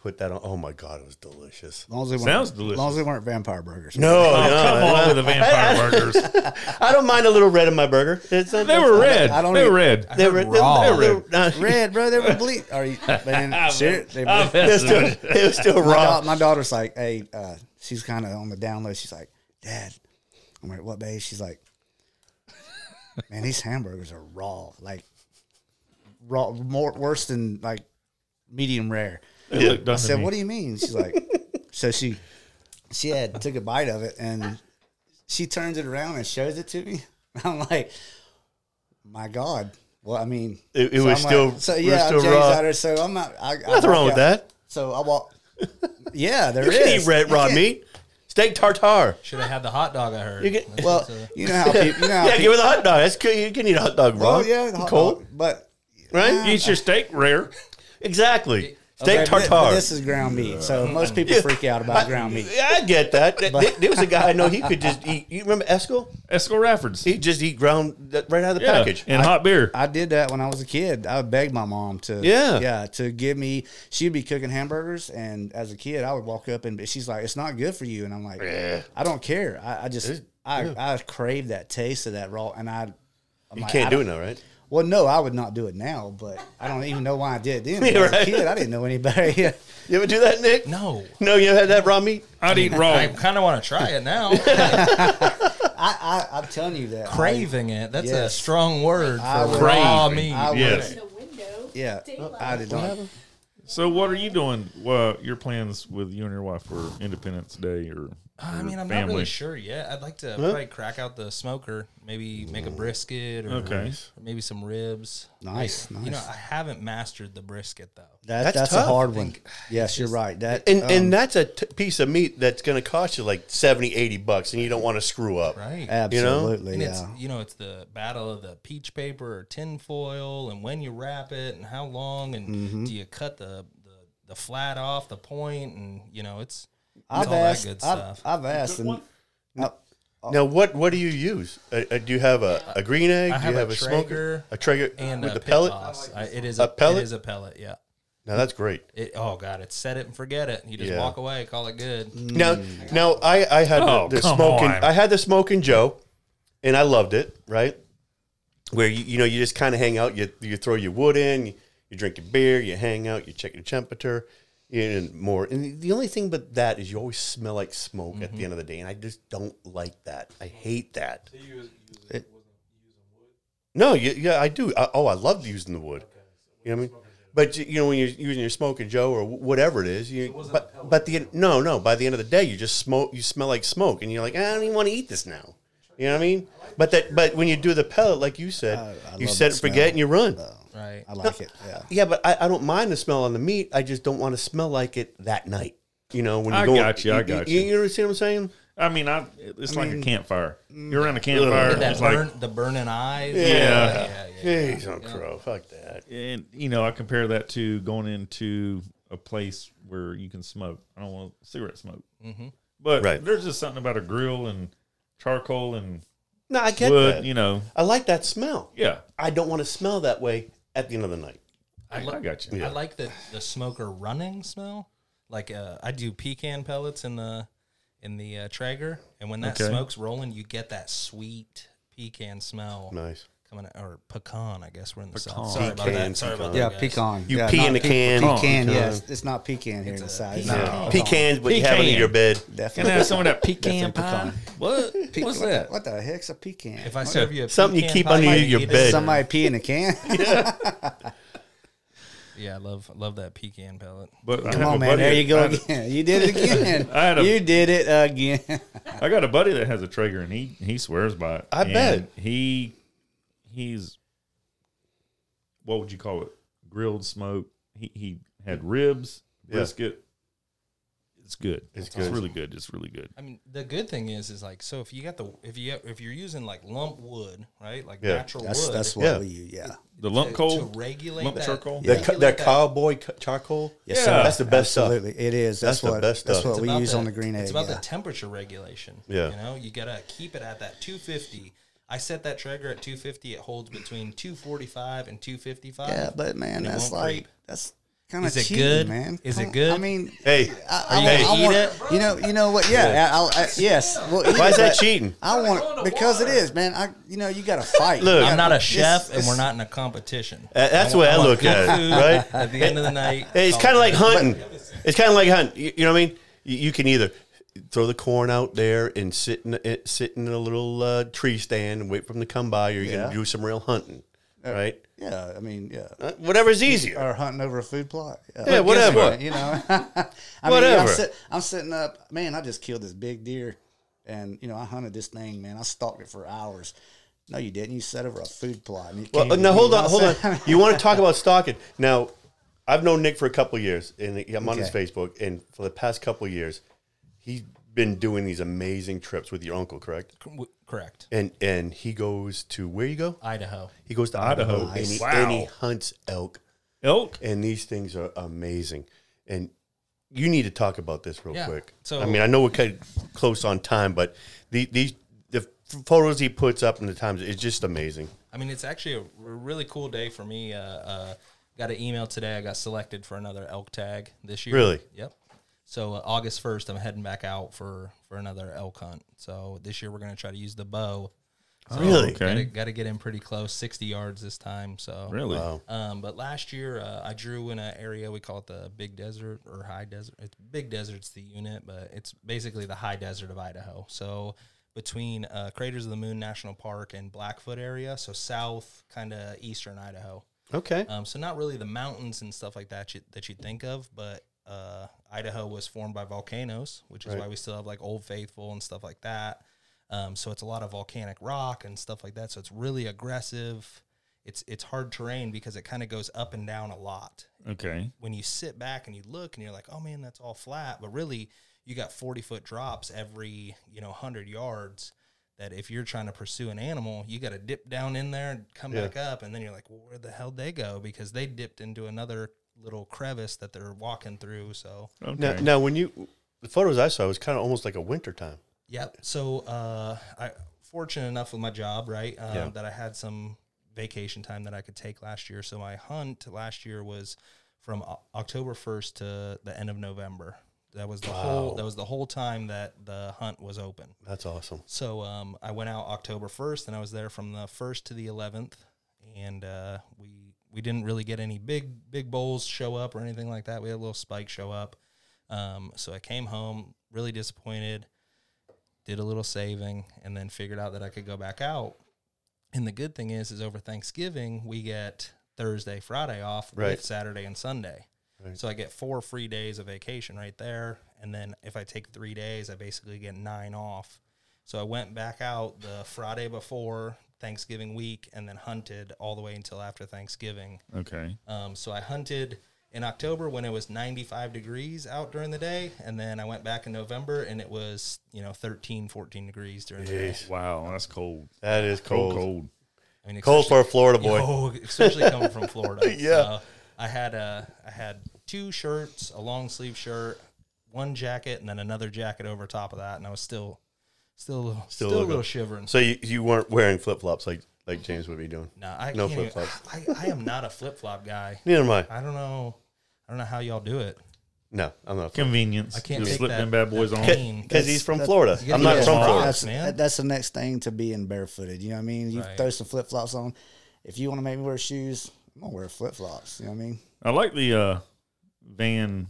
Speaker 1: put that on. Oh my god, it was delicious.
Speaker 5: As long as they weren't-
Speaker 2: Sounds
Speaker 5: As long as they weren't vampire burgers.
Speaker 1: No,
Speaker 2: Oh,
Speaker 1: no,
Speaker 2: come on with the
Speaker 5: [LAUGHS]
Speaker 2: vampire burgers.
Speaker 1: I don't mind a little red in my burger. It's not,
Speaker 2: They were red.
Speaker 5: I don't
Speaker 2: they were red.
Speaker 5: even-
Speaker 4: I
Speaker 1: They
Speaker 4: heard
Speaker 1: were
Speaker 4: raw.
Speaker 1: They were, uh,
Speaker 5: Red, bro. They were bleed. Are you
Speaker 2: [LAUGHS]
Speaker 5: man? ser- they were-
Speaker 2: I'm
Speaker 1: It was
Speaker 5: [LAUGHS]
Speaker 1: still,
Speaker 2: messing
Speaker 1: it was still
Speaker 5: my,
Speaker 1: raw.
Speaker 5: da- my daughter's like, um, hey, uh, she's kind of on the down low. She's like, Dad. I'm like, what, babe? She's like, man, these hamburgers are raw, like raw, more worse than like medium rare.
Speaker 2: with you.
Speaker 5: I said, "What do you mean?" She's like, "So she, she had took a bite of it and she turns it around and shows it to me." [LAUGHS] I'm like, "My God!" Well, I mean,
Speaker 1: It- it
Speaker 5: so
Speaker 1: was
Speaker 5: I'm
Speaker 1: still-
Speaker 5: like, so.
Speaker 1: it was
Speaker 5: Yeah,
Speaker 1: still
Speaker 5: James
Speaker 1: raw.
Speaker 5: Outer, so I'm not. I, I
Speaker 1: Nothing
Speaker 5: walk
Speaker 1: wrong with
Speaker 5: out-
Speaker 1: that.
Speaker 5: So I walk. Yeah, there
Speaker 1: You
Speaker 5: is.
Speaker 1: can eat red raw meat, steak tartare.
Speaker 4: Should have had the hot dog. I heard.
Speaker 1: You get-
Speaker 5: Well, you know how people.
Speaker 1: [LAUGHS]
Speaker 5: You know how
Speaker 1: yeah,
Speaker 5: peop-
Speaker 1: give it a hot dog. That's cool. You can eat a hot dog raw.
Speaker 5: Oh yeah, the hot
Speaker 1: cold,
Speaker 5: dog, but
Speaker 1: right?
Speaker 2: Eat your steak rare.
Speaker 1: Exactly. Steak
Speaker 5: but thi- but
Speaker 1: tartare.
Speaker 5: This is ground meat, so most people freak out about ground meat.
Speaker 1: Yeah, I get that. Th- th- there was a guy I know. He could just eat. You remember Esco?
Speaker 2: Esco Raffords.
Speaker 1: He just eat ground that- right out of the
Speaker 2: Yeah.
Speaker 1: package.
Speaker 2: And hot beer.
Speaker 5: I did that when I was a kid. I would beg my mom to,
Speaker 1: Yeah.
Speaker 5: yeah, to give me. She'd be cooking hamburgers, and as a kid, I would walk up and she's like, "It's not good for you," and I'm like, "I don't care. I, I just, I, I crave that taste of that raw." And I, I'm
Speaker 1: You
Speaker 5: like,
Speaker 1: can't
Speaker 5: I
Speaker 1: do
Speaker 5: don't-
Speaker 1: it now, right?
Speaker 5: Well, no, I would not do it now, but I don't even know why I
Speaker 1: [LAUGHS]
Speaker 5: did it then.
Speaker 1: Yeah,
Speaker 5: As a
Speaker 1: right.
Speaker 5: kid, I didn't know any better. [LAUGHS] Yeah.
Speaker 1: You ever do that, Nick?
Speaker 4: no.
Speaker 1: No, you ever had that raw meat?
Speaker 2: I'd eat raw.
Speaker 4: I kind of want to try it now.
Speaker 5: [LAUGHS] I, I, I'm telling you that I-
Speaker 4: Craving it. That's a
Speaker 5: Yes.
Speaker 4: strong word
Speaker 5: I
Speaker 4: for
Speaker 5: would-
Speaker 4: raw
Speaker 2: Craving.
Speaker 4: meat.
Speaker 5: I would-
Speaker 2: Yes.
Speaker 6: the window.
Speaker 5: yeah,
Speaker 6: Daylight.
Speaker 5: I did not.
Speaker 2: So, what are you doing? Well, your plans with you and your wife for Independence Day or?
Speaker 4: I
Speaker 2: or
Speaker 4: mean, I'm not really sure yet. I'd like to probably crack out the smoker, maybe make a brisket or,
Speaker 2: Okay.
Speaker 4: or maybe some ribs.
Speaker 5: Nice,
Speaker 4: You know,
Speaker 5: nice.
Speaker 4: I haven't mastered the brisket though.
Speaker 5: That,
Speaker 1: That's
Speaker 5: that's
Speaker 1: tough.
Speaker 5: a hard one. Yes, you're right. That
Speaker 1: And,
Speaker 5: um,
Speaker 1: and that's a t- piece of meat that's going to cost you like 70, 80 bucks, and you don't want to screw up.
Speaker 4: Right.
Speaker 5: absolutely.
Speaker 4: and it's
Speaker 5: yeah.
Speaker 4: you know it's the battle of the peach paper or tin foil and when you wrap it and how long and
Speaker 5: Mm-hmm.
Speaker 4: do you cut the, the the flat off the point and you know it's, it's
Speaker 5: I've
Speaker 4: all
Speaker 5: asked.
Speaker 4: that good
Speaker 5: I've,
Speaker 4: stuff.
Speaker 5: I've asked, and I,
Speaker 1: Now, what what do you use? Uh, uh, do you have a, a green egg?
Speaker 4: I
Speaker 1: do you have
Speaker 4: have a
Speaker 1: a, smoker?
Speaker 4: Traeger
Speaker 1: A Traeger
Speaker 4: and
Speaker 1: with
Speaker 4: a
Speaker 1: the
Speaker 4: pit
Speaker 1: pellet?
Speaker 4: boss. I- it is
Speaker 1: A
Speaker 4: a,
Speaker 1: pellet?
Speaker 4: It is a pellet. Yeah.
Speaker 1: Now, that's great.
Speaker 4: It, oh god, it's set it and forget it. You just
Speaker 1: Yeah.
Speaker 4: walk away, call it good.
Speaker 5: Mm.
Speaker 1: Now, now I, I had
Speaker 2: Oh,
Speaker 1: the, the
Speaker 2: come
Speaker 1: smoking.
Speaker 2: on.
Speaker 1: I had the smoking Joe, and I loved it. Right, where you you know you just kind of hang out. You you throw your wood in. You, you drink your beer. You hang out. You check your temperature and more. And the only thing but that is you always smell like smoke at
Speaker 4: Mm-hmm.
Speaker 1: the end of the day, and I just don't like that. I hate that. It- no, you, yeah, I do. I, oh, I love using the wood. You know what I mean? But you, you know when you're using your smoking Joe or wh- whatever it is, you but but the no no by the end of the day you just smoke you smell like smoke and you're like I don't even want to eat this now. You know what I mean? But that but when you do the pellet like you said,
Speaker 5: I
Speaker 1: you
Speaker 5: love
Speaker 1: set
Speaker 5: that
Speaker 1: it forget
Speaker 5: smell.
Speaker 1: and you run.
Speaker 4: Right.
Speaker 5: I like it. Yeah.
Speaker 1: yeah, but I, I don't mind the smell on the meat. I just don't want to smell like it that night. You know when you
Speaker 2: I
Speaker 1: go.
Speaker 2: got you, I got you.
Speaker 1: You understand what I'm saying?
Speaker 2: I mean, I it's like a campfire. You're around a campfire.
Speaker 4: And that
Speaker 2: It's like,
Speaker 4: burn, the burning eyes.
Speaker 2: Yeah.
Speaker 4: yeah, yeah.
Speaker 1: Jeez, on crow, fuck that.
Speaker 2: and you know, I compare that to going into a place where you can smoke. I don't want cigarette smoke, but
Speaker 1: Right.
Speaker 2: there's just something about a grill and charcoal and
Speaker 1: No, I get
Speaker 2: wood.
Speaker 1: that.
Speaker 2: You know,
Speaker 1: I like that smell.
Speaker 2: yeah,
Speaker 1: I don't want to smell that way at the end of the night.
Speaker 2: I, I got you.
Speaker 4: I like the the smoker running smell. Like uh, I do pecan pellets in the in the uh, Traeger, and when that
Speaker 2: Okay.
Speaker 4: smoke's rolling, you get that sweet pecan smell
Speaker 1: Nice.
Speaker 4: coming out, or pecan. I guess we're in the
Speaker 2: Pecan.
Speaker 4: south. Sorry about
Speaker 1: Pecan,
Speaker 4: that. Sorry about
Speaker 5: Yeah,
Speaker 4: that. guys.
Speaker 5: pecan.
Speaker 1: You
Speaker 5: yeah,
Speaker 1: pee
Speaker 5: not
Speaker 1: in a
Speaker 5: pe-
Speaker 1: can.
Speaker 5: Pecan,
Speaker 1: Pecan.
Speaker 5: yes. It's not pecan here in the side.
Speaker 4: pecan.
Speaker 5: No.
Speaker 1: Pecans, but you have it in
Speaker 2: Pecan.
Speaker 1: your bed.
Speaker 2: Can
Speaker 5: Definitely.
Speaker 2: I have some of that pecan pie?
Speaker 5: Definitely
Speaker 4: What? What's
Speaker 5: what,
Speaker 4: that?
Speaker 5: What the heck's a pecan?
Speaker 4: If I serve you a
Speaker 1: Something you
Speaker 4: pecan
Speaker 1: keep
Speaker 4: pie,
Speaker 1: underneath
Speaker 4: you
Speaker 1: your
Speaker 4: eat it.
Speaker 1: bed.
Speaker 5: Somebody pee in a [LAUGHS] can?
Speaker 4: Yeah, I love love that pecan pellet.
Speaker 2: But I
Speaker 5: Come
Speaker 2: have a
Speaker 5: on, man.
Speaker 2: buddy
Speaker 5: There
Speaker 2: that-
Speaker 5: you go
Speaker 2: I-
Speaker 5: again. You [LAUGHS] did it again.
Speaker 2: I had a-
Speaker 5: you did it again.
Speaker 2: [LAUGHS] I got a buddy that has a Traeger and he he swears by it.
Speaker 1: I
Speaker 2: And
Speaker 1: bet.
Speaker 2: he he's what would you call it? Grilled smoke. He he had ribs,
Speaker 1: Yeah.
Speaker 2: brisket. It's good.
Speaker 1: It's
Speaker 2: It's,
Speaker 1: good.
Speaker 2: really good. It's really good.
Speaker 4: I mean, the good thing is, is like, so if you got the if you if you're using like lump wood, right, like
Speaker 1: Yeah.
Speaker 4: natural
Speaker 5: That's
Speaker 4: wood,
Speaker 5: that's what
Speaker 1: Yeah.
Speaker 5: we use. Yeah.
Speaker 2: The lump
Speaker 4: to,
Speaker 2: coal,
Speaker 4: to regulate
Speaker 2: lump
Speaker 4: that,
Speaker 2: charcoal.
Speaker 1: The,
Speaker 4: regulate
Speaker 1: co- the
Speaker 4: that-
Speaker 1: cowboy co- charcoal.
Speaker 5: Yes,
Speaker 2: sir.
Speaker 1: that's the best stuff.
Speaker 5: Absolutely. It is.
Speaker 1: That's
Speaker 5: That's,
Speaker 1: the
Speaker 5: what
Speaker 1: best
Speaker 5: that's
Speaker 1: stuff.
Speaker 5: what we
Speaker 4: about
Speaker 5: use
Speaker 4: the-
Speaker 5: on the green egg.
Speaker 4: It's about
Speaker 5: yeah.
Speaker 4: the temperature regulation.
Speaker 1: Yeah.
Speaker 4: You know, you gotta keep it at that 250. I set that trigger at 250. It holds between 245 and 255.
Speaker 5: yeah, but man,
Speaker 4: And it
Speaker 5: that's
Speaker 4: won't
Speaker 5: like
Speaker 4: creep.
Speaker 5: that's kind of
Speaker 4: Is it
Speaker 5: cheating,
Speaker 4: good?
Speaker 5: man.
Speaker 4: Is it
Speaker 5: Come-
Speaker 4: good?
Speaker 5: I mean,
Speaker 1: Hey,
Speaker 5: I,
Speaker 1: you
Speaker 5: I,
Speaker 1: gonna
Speaker 5: want- I
Speaker 1: eat
Speaker 5: want,
Speaker 4: it?
Speaker 5: You know, you know what? Yeah, I, I'll- I, yes. Well, eat
Speaker 1: why
Speaker 5: it,
Speaker 1: is that
Speaker 5: but
Speaker 1: cheating?
Speaker 5: I want because it is, man. I, you know, you got to fight.
Speaker 1: Look,
Speaker 5: You
Speaker 4: I'm
Speaker 5: gotta-
Speaker 4: not a
Speaker 5: it's-
Speaker 4: chef, and
Speaker 5: it's-
Speaker 4: we're not in a
Speaker 5: [LAUGHS]
Speaker 4: competition.
Speaker 1: Uh, that's the
Speaker 4: wa-
Speaker 1: way I
Speaker 4: want
Speaker 1: look
Speaker 4: good
Speaker 1: at it,
Speaker 4: food
Speaker 1: right?
Speaker 4: At the end of the night,
Speaker 1: Hey, it's
Speaker 4: all
Speaker 1: kind of like
Speaker 4: good.
Speaker 1: hunting. It's kind of like hunting. You, you know what I mean? You, you can either throw the corn out there and sit in it, sit in a little uh, tree stand and wait for them to come by, or you
Speaker 5: Yeah.
Speaker 1: can do some real hunting, right?
Speaker 5: Yeah, I mean, yeah,
Speaker 1: Uh, Whatever's easier.
Speaker 5: or hunting over a food plot.
Speaker 1: Yeah,
Speaker 5: Guess
Speaker 1: whatever.
Speaker 5: what, You know, [LAUGHS] I Mean,
Speaker 1: Whatever.
Speaker 5: I'm, sit, I'm sitting up, man. I just killed this big deer, and you know, I hunted this thing, man. I stalked it for hours. No, you didn't. You set over a food plot. And you
Speaker 1: Well, uh,
Speaker 5: came-
Speaker 1: now hold
Speaker 5: you
Speaker 1: on,
Speaker 5: know
Speaker 1: hold
Speaker 5: what I'm
Speaker 1: on.
Speaker 5: saying?
Speaker 1: You want to talk about stalking? Now, I've known Nick for a couple of years, and I'm on his
Speaker 5: Okay.
Speaker 1: Facebook. And for the past couple of years, he's been doing these amazing trips with your uncle, correct?
Speaker 4: W- Correct.
Speaker 1: And and he goes to where you go?
Speaker 4: Idaho.
Speaker 1: He goes to
Speaker 2: Idaho.
Speaker 1: Idaho, and, he,
Speaker 2: Nice.
Speaker 1: and he
Speaker 2: Wow.
Speaker 1: hunts elk.
Speaker 2: elk.
Speaker 1: And these things are amazing. And you need to talk about this real
Speaker 4: Yeah,
Speaker 1: quick.
Speaker 4: so-
Speaker 1: I mean, I know we're kind of close on time, but the, these the photos he puts up and the times it's just amazing.
Speaker 4: I mean, it's actually a r- really cool day for me. Uh, uh, got an email today. I got selected for another elk tag this year.
Speaker 1: Really?
Speaker 4: Yep. So uh, August first, I'm heading back out for for another elk hunt. So this year we're gonna try to use the bow.
Speaker 1: really?
Speaker 2: Oh, Okay.
Speaker 4: Got to get in pretty close, 60 yards this time. So
Speaker 2: Really?
Speaker 1: Wow.
Speaker 4: Um, but last year uh, I drew in an area we call it the Big Desert or High Desert. It's Big Desert's the unit, but it's basically the High Desert of Idaho. So between uh, Craters of the Moon National Park and Blackfoot area, so south kind of eastern Idaho.
Speaker 1: Okay.
Speaker 4: Um, so not really the mountains and stuff like that you, that you think of, but uh, Idaho was formed by volcanoes, which is
Speaker 1: Right.
Speaker 4: why we still have like Old Faithful and stuff like that. Um, so it's a lot of volcanic rock and stuff like that. So it's really aggressive. It's it's hard terrain because it kind of goes up and down a lot.
Speaker 2: Okay.
Speaker 4: When you sit back and you look and you're like, oh man, that's all flat, but really you got 40 foot drops every you know 100 yards. That if you're trying to pursue an animal, you got to dip down in there and come
Speaker 1: Yeah.
Speaker 4: back up, and then you're like, well, where the hell they go? Because they dipped into another little crevice that they're walking through. So
Speaker 2: Okay.
Speaker 1: Now, now, when you the photos I saw was kind of almost like a winter time.
Speaker 4: Yep. So uh, I fortunate enough with my job, right, um,
Speaker 1: Yeah.
Speaker 4: that I had some vacation time that I could take last year. So my hunt last year was from O- October first to the end of November. That was the whole. That was the whole time that the hunt was open.
Speaker 1: That's awesome.
Speaker 4: So um, I went out October first, and I was there from the first to the eleventh, and uh, we we didn't really get any big big bowls show up or anything like that. We had a little spike show up. Um, so I came home really disappointed, did a little saving, and then figured out that I could go back out. And the good thing is, is over Thanksgiving we get Thursday, Friday off
Speaker 1: Right.
Speaker 4: with Saturday and Sunday.
Speaker 1: Right.
Speaker 4: So I get four free days of vacation right there. And then if I take three days, I basically get nine off. So I went back out the Friday before Thanksgiving week and then hunted all the way until after Thanksgiving.
Speaker 2: okay.
Speaker 4: Um, so I hunted in October when it was 95 degrees out during the day. And then I went back in November and it was, you know, 13, 14 degrees during the day.
Speaker 2: Wow, that's cold.
Speaker 1: That is cold.
Speaker 2: Cold,
Speaker 1: Cold,
Speaker 2: cold.
Speaker 4: I mean,
Speaker 1: for a Florida boy.
Speaker 4: [LAUGHS] Oh, especially coming from Florida.
Speaker 1: [LAUGHS] Yeah.
Speaker 4: So I had uh, I had two shirts, a long sleeve shirt, one jacket, and then another jacket over top of that, and I was still, still, a little- still, a
Speaker 1: looking-
Speaker 4: little shivering.
Speaker 1: So you, you weren't wearing flip flops like like James would be doing.
Speaker 4: no, I
Speaker 1: no
Speaker 4: can't even-
Speaker 1: flip-flops.
Speaker 4: I, I am not a flip flop guy.
Speaker 1: Neither am I.
Speaker 4: I don't know. I don't know how y'all do it.
Speaker 1: No, I'm not.
Speaker 2: Convenience.
Speaker 4: I can't
Speaker 2: Just
Speaker 4: take
Speaker 2: slip
Speaker 4: that-
Speaker 2: them bad boys
Speaker 4: that
Speaker 2: on.
Speaker 4: pain.
Speaker 1: Because he's from
Speaker 5: That's-
Speaker 1: Florida.
Speaker 4: You
Speaker 1: I'm
Speaker 4: gotta
Speaker 1: not
Speaker 4: get
Speaker 1: from
Speaker 4: some
Speaker 1: Florida.
Speaker 5: That's,
Speaker 4: man.
Speaker 5: that- that's the next thing to being barefooted. You know what I mean? You
Speaker 4: Right.
Speaker 5: throw some flip flops on. If you want to make me wear shoes, I'm gonna wear flip flops. You know what I mean?
Speaker 2: I like the uh, Van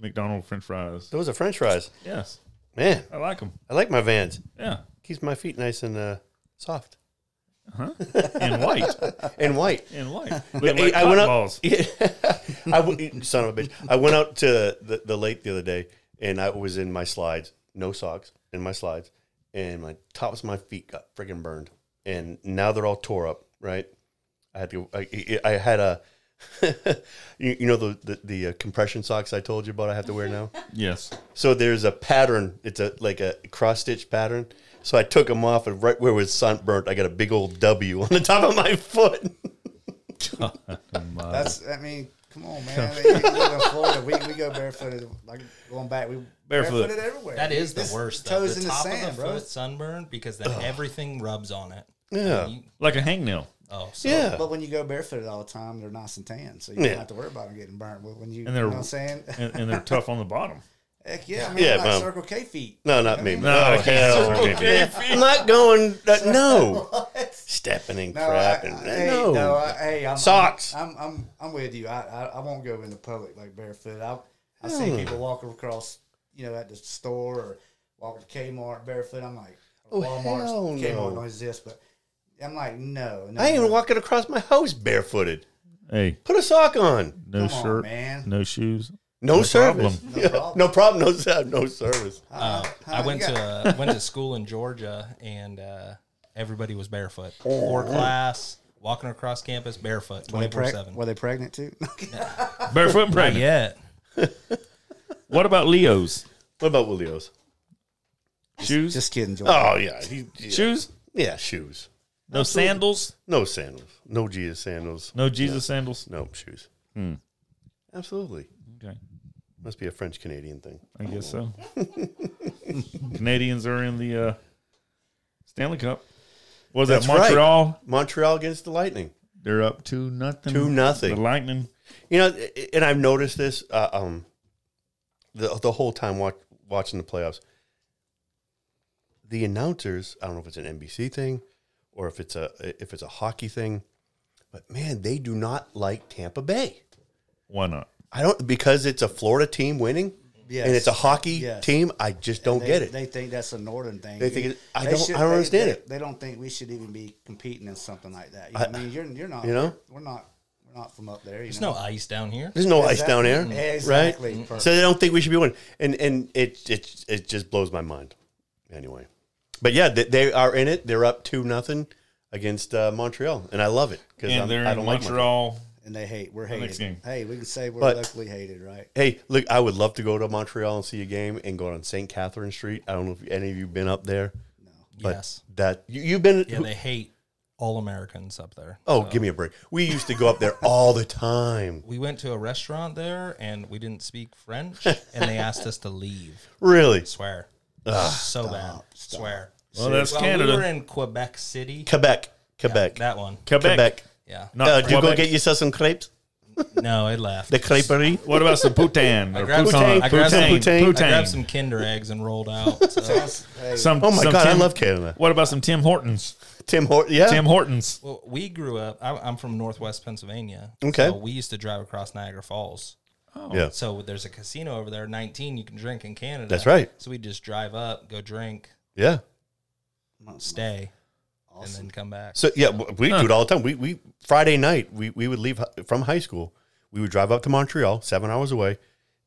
Speaker 2: McDonald French fries.
Speaker 1: Those are French fries.
Speaker 2: Yes,
Speaker 1: Man,
Speaker 2: I like them.
Speaker 1: I like my Vans.
Speaker 2: Yeah,
Speaker 1: Keeps my feet nice and uh, soft
Speaker 2: [LAUGHS] and white,
Speaker 1: and white.
Speaker 2: and white.
Speaker 1: Yeah,
Speaker 2: Look Uh-huh. like
Speaker 1: I went
Speaker 2: cotton
Speaker 1: out.
Speaker 2: balls.
Speaker 1: Yeah. [LAUGHS] I w- son of a bitch. I went out to the, the lake the other day, and I was in my slides, no socks, in my slides, and my tops of my feet got freaking burned, and now they're all tore up. Right? I had to. I, I I had a. [LAUGHS] you, you know the the, the uh, compression socks I told you about. I have to wear now.
Speaker 2: Yes,
Speaker 1: So there's a pattern. It's a like a cross stitch pattern. So I took them off, and right where it was sunburnt, I got a big old W on the top of my foot. [LAUGHS]
Speaker 5: That's. I mean, come on, man. I mean, you live in Florida. We, we go barefooted. Like going back, we
Speaker 2: Barefoot.
Speaker 5: barefooted everywhere.
Speaker 4: That is the
Speaker 5: This
Speaker 4: worst. Though.
Speaker 5: Toes
Speaker 4: the
Speaker 5: in the
Speaker 4: top
Speaker 5: sand,
Speaker 4: of the
Speaker 5: bro.
Speaker 4: foot sunburn because then everything rubs on it.
Speaker 1: Yeah.
Speaker 4: You-
Speaker 2: like a hangnail.
Speaker 4: oh, so
Speaker 1: Yeah.
Speaker 5: But when you go barefooted all the time, they're nice and tan, so you don't
Speaker 1: Yeah.
Speaker 5: have to worry about them getting burnt. But when you,
Speaker 2: And
Speaker 5: you
Speaker 2: they're-
Speaker 5: know what I'm saying?
Speaker 2: and, and they're tough on the [LAUGHS] bottom.
Speaker 5: Heck yeah, I mean,
Speaker 1: Yeah,
Speaker 5: like
Speaker 1: man.
Speaker 5: Circle K feet. [LAUGHS]
Speaker 1: No, not me.
Speaker 2: No, I
Speaker 1: Oh,
Speaker 2: can't.
Speaker 1: hell.
Speaker 2: Circle
Speaker 1: no.
Speaker 2: K
Speaker 1: Yeah. I'm not going. uh,
Speaker 5: [LAUGHS]
Speaker 1: no.
Speaker 5: What?
Speaker 1: Stepping in
Speaker 5: No,
Speaker 1: crap.
Speaker 5: I,
Speaker 1: and, uh,
Speaker 5: I- hey,
Speaker 1: no.
Speaker 5: no, I, hey, I'm,
Speaker 1: Socks.
Speaker 5: I'm, I'm, I'm with you. I, I, I won't go into public like barefoot. I, I see people walking across, you know, at the store or walking to Kmart barefoot. I'm like,
Speaker 1: Oh,
Speaker 5: Walmart,
Speaker 1: hell no.
Speaker 5: Kmart knows this, but I'm like, no, no.
Speaker 1: I ain't
Speaker 5: no.
Speaker 1: even walking across my house barefooted.
Speaker 2: Hey,
Speaker 1: Put a sock on.
Speaker 2: no
Speaker 5: Come on,
Speaker 2: shirt,
Speaker 5: man.
Speaker 2: no shoes.
Speaker 1: No, service.
Speaker 2: problem.
Speaker 1: No,
Speaker 5: No
Speaker 1: problem. [LAUGHS]
Speaker 5: problem.
Speaker 1: no problem. No service. No service.
Speaker 4: Uh,
Speaker 5: Huh?
Speaker 4: I went
Speaker 5: You
Speaker 4: to
Speaker 5: got-
Speaker 4: uh, went to school in Georgia, and uh, everybody was barefoot. Before class, walking across campus barefoot,
Speaker 5: Were they,
Speaker 4: twenty four
Speaker 5: preg-
Speaker 4: seven.
Speaker 5: were they pregnant too? [LAUGHS]
Speaker 2: Barefoot and pregnant.
Speaker 4: Yet
Speaker 2: What about Leo's
Speaker 1: What about Willio's?
Speaker 2: shoes?
Speaker 5: Just kidding, George.
Speaker 1: Oh yeah, he, yeah.
Speaker 2: shoes?
Speaker 1: yeah, shoes.
Speaker 2: No sandals?
Speaker 1: No sandals. No Jesus sandals.
Speaker 2: No Hmm. Jesus sandals?
Speaker 1: No shoes. Absolutely.
Speaker 2: Okay,
Speaker 1: Must be a French Canadian thing.
Speaker 2: I guess so. Canadians are in the uh, Stanley Cup. Was that
Speaker 1: That's right.
Speaker 2: Montreal?
Speaker 1: Montreal against the Lightning.
Speaker 2: They're up to nothing.
Speaker 1: Two nothing.
Speaker 2: The Lightning.
Speaker 1: You know, and I've noticed this uh, um, the the whole time watch, watching the playoffs. The announcers, I don't know if it's an NBC thing or if it's a if it's a hockey thing, but man, they do not like Tampa Bay.
Speaker 2: Why not?
Speaker 1: I don't because it's a Florida team winning
Speaker 5: Yes.
Speaker 1: and it's a hockey
Speaker 5: Yes.
Speaker 1: team. I just don't
Speaker 5: they,
Speaker 1: get it.
Speaker 5: They think that's a northern thing.
Speaker 1: They think it- I don't- I don't
Speaker 5: they-
Speaker 1: understand
Speaker 5: they-
Speaker 1: it.
Speaker 5: They don't think we should even be competing in something like that. You know what I mean, you're you're not.
Speaker 1: you know?
Speaker 5: we're not. We're not from up there. You
Speaker 4: There's
Speaker 5: know?
Speaker 4: no ice down here.
Speaker 1: There's no ice down there,
Speaker 5: Exactly. Exactly.
Speaker 1: right?
Speaker 5: Perfect.
Speaker 1: So they don't think we should be winning, and and it it it just blows my mind. Anyway, but yeah, they, they are in it. They're up two nothing against uh, Montreal, and I love it because
Speaker 2: And they're
Speaker 1: I
Speaker 2: in
Speaker 1: don't like Montreal.
Speaker 2: Montreal.
Speaker 5: And they hate. We're
Speaker 2: next
Speaker 5: hated.
Speaker 2: game.
Speaker 5: Hey, we can say we're
Speaker 1: But-
Speaker 5: locally hated, right?
Speaker 1: Hey, look, I would love to go to Montreal and see a game and go on St. Catherine Street. I don't know if any of you been up there, but
Speaker 4: Yes.
Speaker 1: that you, you've been.
Speaker 4: Yeah, they hate all Americans up there.
Speaker 1: oh, give me a break. We used to go up there all the time.
Speaker 4: We went to a restaurant there and we didn't speak French and they asked us to leave.
Speaker 1: Really,
Speaker 4: Swear. so bad. Swear.
Speaker 2: Well, that's
Speaker 4: Well,
Speaker 2: Canada.
Speaker 4: We were in Quebec City.
Speaker 1: Quebec, Quebec,
Speaker 4: That one.
Speaker 2: Quebec.
Speaker 1: Quebec.
Speaker 4: Yeah.
Speaker 2: Not
Speaker 1: Uh, do you go
Speaker 2: Quebec.
Speaker 1: get yourself some crepes?
Speaker 4: No, I left.
Speaker 1: The creperie.
Speaker 2: What about some poutin
Speaker 4: I
Speaker 2: or
Speaker 4: grabbed,
Speaker 2: poutin?
Speaker 4: I grabbed some,
Speaker 1: Poutine.
Speaker 4: I grabbed some Kinder eggs and
Speaker 1: [LAUGHS]
Speaker 4: rolled out. So,
Speaker 5: Hey,
Speaker 2: Some,
Speaker 1: Oh my
Speaker 2: some
Speaker 1: god, I
Speaker 2: Tim-
Speaker 1: love Canada.
Speaker 2: What about some Tim Hortons?
Speaker 1: Tim Horton. Yeah.
Speaker 2: Tim Hortons.
Speaker 4: well, we grew up. I, I'm from Northwest Pennsylvania.
Speaker 1: Okay.
Speaker 4: So we used to drive across Niagara Falls.
Speaker 1: Yeah.
Speaker 4: So there's a casino over there, 19 you can drink in Canada.
Speaker 1: That's right.
Speaker 4: So we just drive up, go drink,
Speaker 1: Yeah.
Speaker 4: stay,
Speaker 5: awesome.
Speaker 4: and then come back.
Speaker 1: So yeah, w- we do it all the time. We we Friday night we, we would leave hi- from high school. We would drive up to Montreal, seven hours away,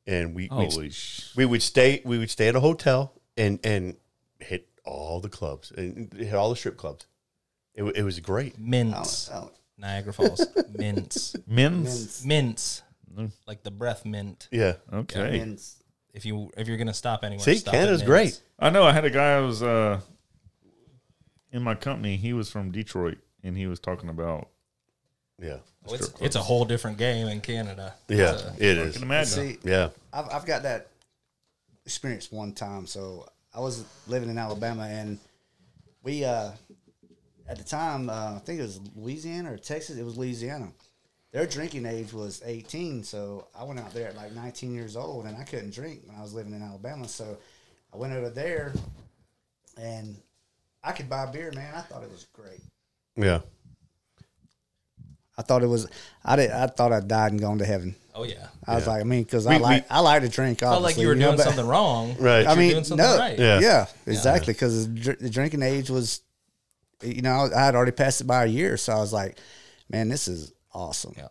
Speaker 1: and we
Speaker 2: Holy
Speaker 1: we'd,
Speaker 2: sh!
Speaker 1: we would stay we would stay at a hotel and and hit all the clubs and hit all the strip clubs. It, wa- it was great.
Speaker 4: Mints.
Speaker 5: Oh,
Speaker 1: [LAUGHS]
Speaker 4: Niagara Falls. Mints.
Speaker 2: Men's.
Speaker 4: Mints.
Speaker 1: Mm.
Speaker 4: Like the breath mint.
Speaker 1: Yeah.
Speaker 2: Okay.
Speaker 5: and
Speaker 4: If you if you're gonna stop anywhere,
Speaker 1: See,
Speaker 4: stop at
Speaker 1: Canada's
Speaker 4: Mints.
Speaker 1: great.
Speaker 2: I know. I had a guy who was uh, in my company. He was from Detroit, and he was talking about.
Speaker 1: Yeah.
Speaker 4: Oh, it's, it's a whole different game in Canada.
Speaker 1: Yeah.
Speaker 4: It's a-
Speaker 1: it
Speaker 2: uh, I can
Speaker 1: is.
Speaker 2: imagine.
Speaker 5: see,
Speaker 1: Yeah.
Speaker 5: I've, I've got that experience one time. So I was living in Alabama, and we, uh, at the time, uh, I think it was Louisiana or Texas. It was Louisiana. Their drinking age was 18, so I went out there at like 19 years old, and I couldn't drink when I was living in Alabama. So I went over there, and I could buy beer, man. I thought it was great.
Speaker 1: Yeah.
Speaker 5: I thought it was. I did. I thought I died and gone to heaven.
Speaker 4: Oh yeah.
Speaker 5: I was like, I mean, because
Speaker 1: We-
Speaker 5: I
Speaker 1: we-
Speaker 5: like I like to drink.
Speaker 4: Felt like
Speaker 5: obviously,
Speaker 4: you were
Speaker 5: know,
Speaker 4: doing
Speaker 5: but-
Speaker 4: something wrong.
Speaker 1: [LAUGHS] Right.
Speaker 4: but
Speaker 5: I
Speaker 4: you're
Speaker 5: mean,
Speaker 4: doing something
Speaker 5: no,
Speaker 4: right.
Speaker 1: Yeah.
Speaker 5: Yeah, exactly. Because the drinking age was, you know, I had already passed it by a year, so I was like, man, this is awesome.
Speaker 4: Yeah.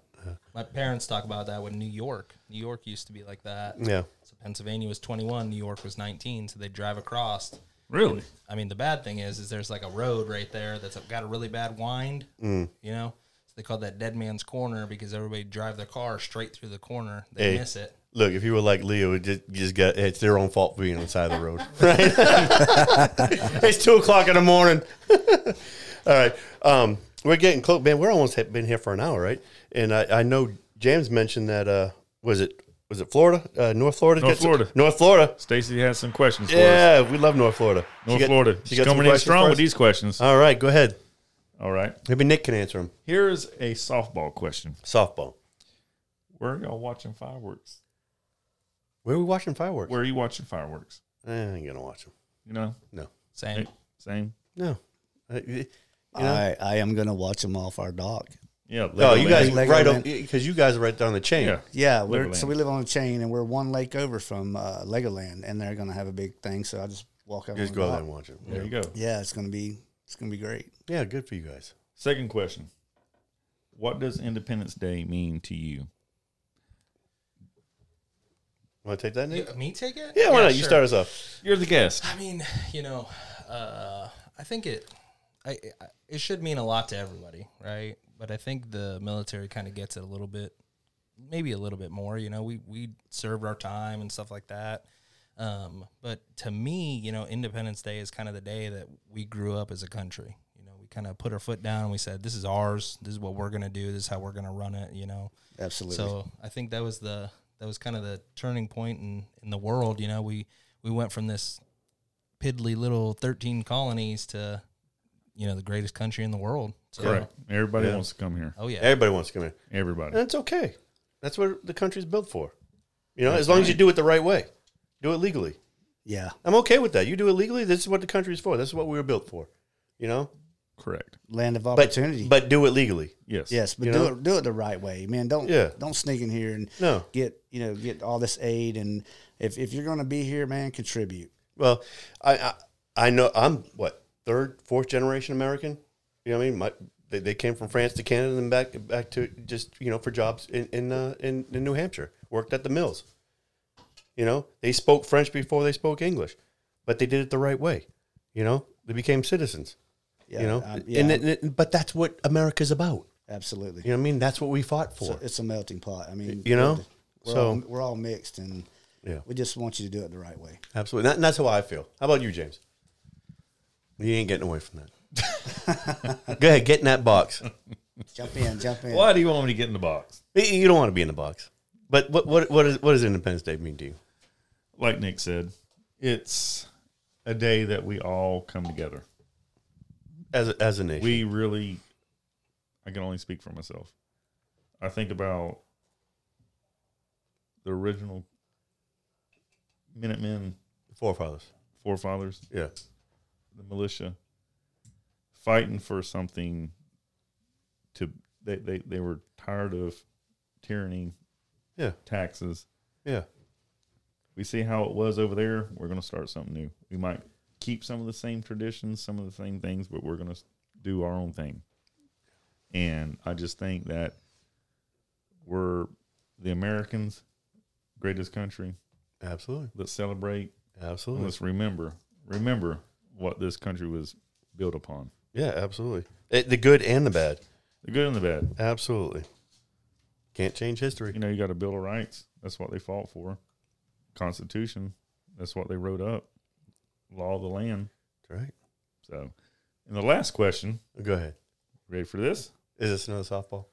Speaker 4: My parents talk about that with New York. New York used to be like that.
Speaker 1: Yeah.
Speaker 4: So Pennsylvania was 21, New York was 19, so they drive across.
Speaker 2: Really?
Speaker 4: I mean, the bad thing is, is there's like a road right there that's got a really bad wind.
Speaker 1: Mm.
Speaker 4: You know, so they call that dead man's corner because everybody drive their car straight through the corner. They
Speaker 1: Hey.
Speaker 4: miss it.
Speaker 1: Look, if you were like Leo, it just, you just got it's their own fault for being on the side of the road. Right? [LAUGHS] it's two o'clock in the morning. [LAUGHS] All right, um, we're getting close, man. We're almost hit- been here for an hour, right? And I, I know James mentioned that. Uh, was it was it Florida, uh, North Florida,
Speaker 2: North
Speaker 1: Gets-
Speaker 2: Florida.
Speaker 1: North Florida.
Speaker 2: Stacy has some questions for us.
Speaker 1: Yeah, we love North Florida. She
Speaker 2: North
Speaker 1: got-
Speaker 2: Florida.
Speaker 1: she
Speaker 2: She's
Speaker 1: got some
Speaker 2: coming in
Speaker 1: questions for
Speaker 2: strong
Speaker 1: us? Uh,
Speaker 2: with these questions.
Speaker 1: All right, go ahead.
Speaker 2: All right.
Speaker 1: Maybe Nick can answer them.
Speaker 2: Here's a softball question.
Speaker 1: Softball.
Speaker 2: Where are y'all watching fireworks?
Speaker 1: Where are we watching fireworks?
Speaker 2: Where are you watching fireworks?
Speaker 1: Eh, I ain't gonna watch them.
Speaker 2: You know,
Speaker 1: No,
Speaker 4: Same.
Speaker 2: same.
Speaker 1: no. Uh, y-
Speaker 5: I I am gonna watch them off our dock.
Speaker 2: Yeah.
Speaker 1: No, Oh, you guys
Speaker 2: Legoland.
Speaker 5: Legoland.
Speaker 1: right because you guys are right down the chain.
Speaker 2: Yeah.
Speaker 5: Yeah, we're so
Speaker 2: Legoland.
Speaker 5: we live on a chain, and we're one lake over from uh, Legoland, and they're gonna have a big thing. So I just walk over.
Speaker 1: Just
Speaker 5: on
Speaker 1: go
Speaker 5: the
Speaker 1: out there
Speaker 5: dock.
Speaker 1: and watch it.
Speaker 2: There you go.
Speaker 5: Yeah, it's gonna be it's gonna be great.
Speaker 1: Yeah, good for you guys.
Speaker 2: Second question. What does Independence Day mean to you?
Speaker 1: Want to take that, Nick?
Speaker 4: You- Me take it?
Speaker 1: Yeah, why not? You
Speaker 4: sure.
Speaker 1: start us off.
Speaker 2: You're the guest.
Speaker 4: I mean, you know, uh, I think it, I, I, it should mean a lot to everybody, right? But I think the military kind of gets it a little bit, maybe a little bit more. You know, we we served our time and stuff like that. Um, but to me, you know, Independence Day is kind of the day that we grew up as a country. You know, we kind of put our foot down and we said, "This is ours. This is what we're gonna do. This is how we're gonna run it." You know,
Speaker 5: Absolutely.
Speaker 4: so I think that was the that was kind of the turning point in in the world. You know, we we went from this piddly little thirteen colonies to you know the greatest country in the world. So,
Speaker 2: Correct. Everybody
Speaker 1: Yeah.
Speaker 2: wants to come here.
Speaker 4: Oh yeah.
Speaker 1: Everybody wants to come in.
Speaker 2: Everybody.
Speaker 1: And it's okay. That's what the country's built for. You know, as long as you do it the right way, do it legally.
Speaker 5: yeah,
Speaker 1: I'm okay with that. You do it legally. This is what the country's for. This is what we were built for. You know,
Speaker 2: Correct.
Speaker 5: land of
Speaker 1: but
Speaker 5: opportunity.
Speaker 1: but do it legally.
Speaker 2: Yes.
Speaker 5: Yes, but
Speaker 1: You
Speaker 5: do
Speaker 1: know?
Speaker 5: it do it the right way, man. Don't
Speaker 1: Yeah.
Speaker 5: don't sneak in here and
Speaker 1: No.
Speaker 5: get you know get all this aid and if, if you're gonna be here, man, contribute.
Speaker 1: Well, I I, I know I'm what third, fourth generation American. You know what I mean? My They, they came from France to Canada and back back to just you know for jobs in in, uh, in in New Hampshire. Worked at the mills. You know they spoke French before they spoke English, but they did it the right way. You know they became citizens.
Speaker 5: Yeah,
Speaker 1: you know,
Speaker 5: I-
Speaker 1: and
Speaker 5: yeah,
Speaker 1: it- it- but that's what America's about.
Speaker 5: absolutely.
Speaker 1: You know what I mean? That's what we fought for.
Speaker 5: So uh, it's a melting pot. I mean,
Speaker 1: You know?
Speaker 5: we're,
Speaker 1: So-
Speaker 5: all, we're all mixed, and
Speaker 1: Yeah.
Speaker 5: we just want you to do it the right way.
Speaker 1: Absolutely. That, and that's how I feel. How about you, James? You ain't getting away from that.
Speaker 5: [LAUGHS]
Speaker 1: Go ahead, get in that box.
Speaker 5: Jump in, jump in.
Speaker 2: Why do you want me to get in the box?
Speaker 1: You- You don't want to be in the box. But what what what, is, what does Independence Day mean to you?
Speaker 2: Like Nick said, it's a day that we all come together.
Speaker 1: As a, as a nation.
Speaker 2: we really i can only speak for myself i think about the original minutemen
Speaker 1: forefathers.
Speaker 2: forefathers
Speaker 1: Yeah.
Speaker 2: the militia fighting for something to they, they, they were tired of tyranny
Speaker 1: Yeah.
Speaker 2: taxes
Speaker 1: Yeah.
Speaker 2: we see how it was over there we're going to start something new we might keep some of the same traditions some of the same things but we're going to do our own thing and i just think that we're the americans greatest country
Speaker 1: Absolutely.
Speaker 2: let's celebrate and
Speaker 1: Absolutely.
Speaker 2: let's remember remember what this country was built upon
Speaker 1: Yeah, absolutely. Eh, the good and the bad.
Speaker 2: the good and the bad
Speaker 1: Absolutely. Can't change
Speaker 2: you
Speaker 1: history.
Speaker 2: know you got a bill of rights that's what they fought for constitution that's what they wrote up law of the land
Speaker 1: That's right.
Speaker 2: so and the last question
Speaker 1: Go ahead.
Speaker 2: Ready for this?
Speaker 1: Is this another softball?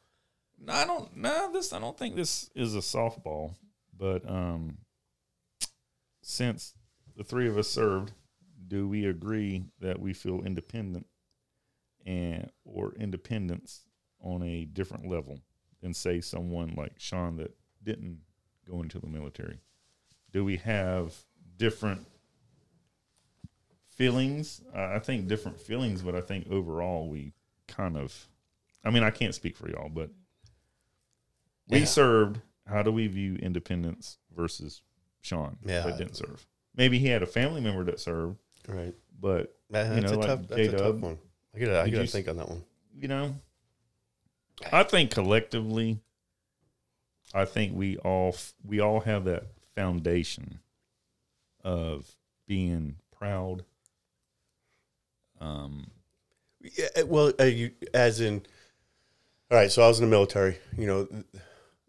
Speaker 2: No, I don't. No, this I don't think this is a softball. But um, since the three of us served, do we agree that we feel independent and or independence on a different level than say someone like Sean that didn't go into the military? Do we have different feelings? I I think different feelings, but I think overall we kind of. I mean, I can't speak for y'all, but we
Speaker 1: Yeah.
Speaker 2: served. How do we view independence versus Sean
Speaker 1: Yeah.
Speaker 2: that didn't serve? Maybe he had a family member that served,
Speaker 1: Right.
Speaker 2: but
Speaker 1: That-
Speaker 2: You
Speaker 1: That's,
Speaker 2: know,
Speaker 1: a,
Speaker 2: like
Speaker 1: tough, that's a tough
Speaker 2: J-Dub.
Speaker 1: one. I gotta, I
Speaker 2: Did
Speaker 1: gotta
Speaker 2: you s-
Speaker 1: think on that one.
Speaker 2: you know, I think collectively, I think we all f- we all have that foundation of being proud. Um,
Speaker 1: Yeah, uh, well, uh, you, as in, all right. So I was in the military. You know, th-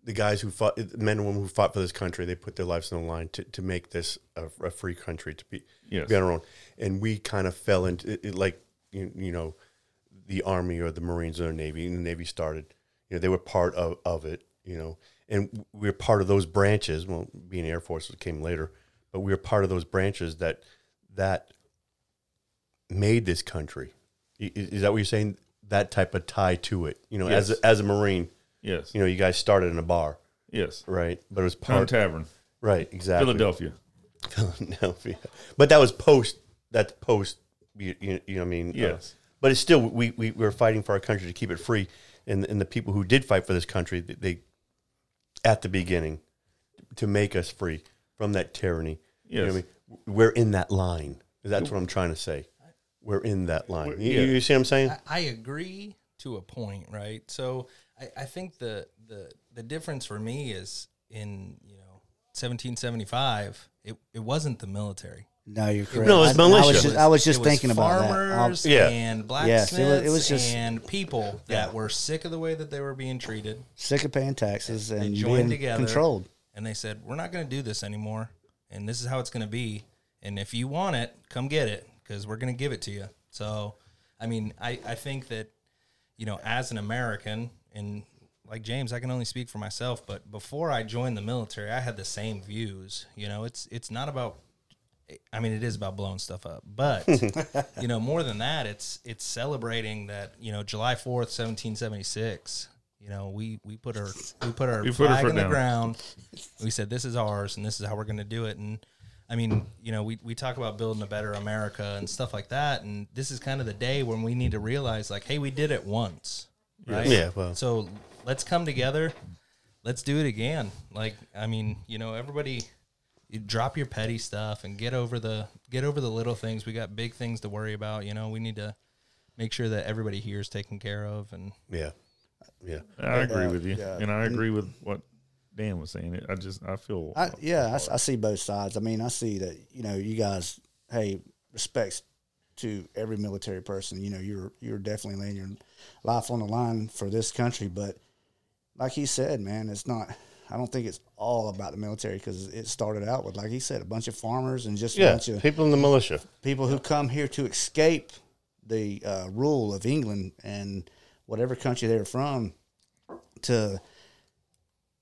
Speaker 1: the guys who fought, eh, the men and women who fought for this country, they put their lives on the line to, to make this a, a free country to be,
Speaker 2: Yes.
Speaker 1: be on our own. And we kind of fell into it, it like you, you know, the army or the Marines or the Navy. And the Navy started. You know, they were part of, of it. You know, and we were part of those branches. Well, being Air Force came later, but we were part of those branches that that made this country. I- i- Is, that what you're saying? That type of tie to it, you know, as
Speaker 2: Yes.
Speaker 1: a, as a Marine,
Speaker 2: yes,
Speaker 1: you know, you guys started in a bar,
Speaker 2: yes.
Speaker 1: right? But it was
Speaker 2: Pond
Speaker 1: part,
Speaker 2: Tavern,
Speaker 1: right? Exactly,
Speaker 2: Philadelphia.
Speaker 1: Philadelphia. But that was post. That's post. You, you, you know, what I mean, uh,
Speaker 2: Yes.
Speaker 1: but it's still we, we we're fighting for our country to keep it free, and and the people who did fight for this country, th- they at the beginning to make us free from that tyranny. You know what
Speaker 2: Yes.
Speaker 1: I mean? We're in that line. That's what I'm trying to say. We're in that line. You,
Speaker 2: yeah.
Speaker 1: you see what I'm saying?
Speaker 4: I, I agree to a point, right? So I, I think the, the the difference for me is in you know 1775, it, it wasn't the military.
Speaker 5: No, you're correct.
Speaker 1: No, it's
Speaker 5: I- I,
Speaker 1: militia.
Speaker 5: was just, I was just
Speaker 4: It
Speaker 5: thinking about that. I'll-
Speaker 4: farmers
Speaker 1: Yeah.
Speaker 4: and
Speaker 5: Yes,
Speaker 4: blacksmiths
Speaker 5: it was- it was just-
Speaker 4: and people that were sick of the way that they were being treated,
Speaker 5: sick of paying taxes and
Speaker 4: joined
Speaker 5: being
Speaker 4: together.
Speaker 5: controlled.
Speaker 4: and they said, "We're not going to do this anymore, and this is how it's going to be. And if you want it, come get it because we're going to give it to you." So, I mean, I I think that you know, as an American, and like James, I can only speak for myself, but before I joined the military, I had the same views. You know, it's it's not about I mean, it is about blowing stuff up, but you know, more than that, it's it's celebrating that you know July Fourth, seventeen seventy six. You know, we we put our we put our
Speaker 2: We put our
Speaker 4: flag
Speaker 2: foot
Speaker 4: in the
Speaker 2: down.
Speaker 4: ground. We said this is ours, and this is how we're going to do it. And I mean, you know, we we talk about building a better America and stuff like that, and this is kind of the day when we need to realize, like, hey, we did it once, right?
Speaker 1: Yeah, well-
Speaker 4: so let's come together. Let's do it again. Like, I mean, you know, everybody you drop your petty stuff and get over the get over the little things. We got big things to worry about. You know, we need to make sure that everybody here is taken care of and
Speaker 1: Yeah. Yeah.
Speaker 2: I agree with you,
Speaker 5: Yeah.
Speaker 2: and I agree with what Dan was saying. It- I just I feel
Speaker 5: I, yeah, I s- I, see both sides. I mean, I see that you know you guys. Hey, respects to every military person. You know, you're you're definitely laying your life on the line for this country. But like he said, man, it's not. I don't think it's all about the military because it started out with, like he said, a bunch of farmers and just a
Speaker 1: Yeah.
Speaker 5: bunch of
Speaker 1: People in the militia.
Speaker 5: people who come here to escape the uh, rule of England and whatever country they were from to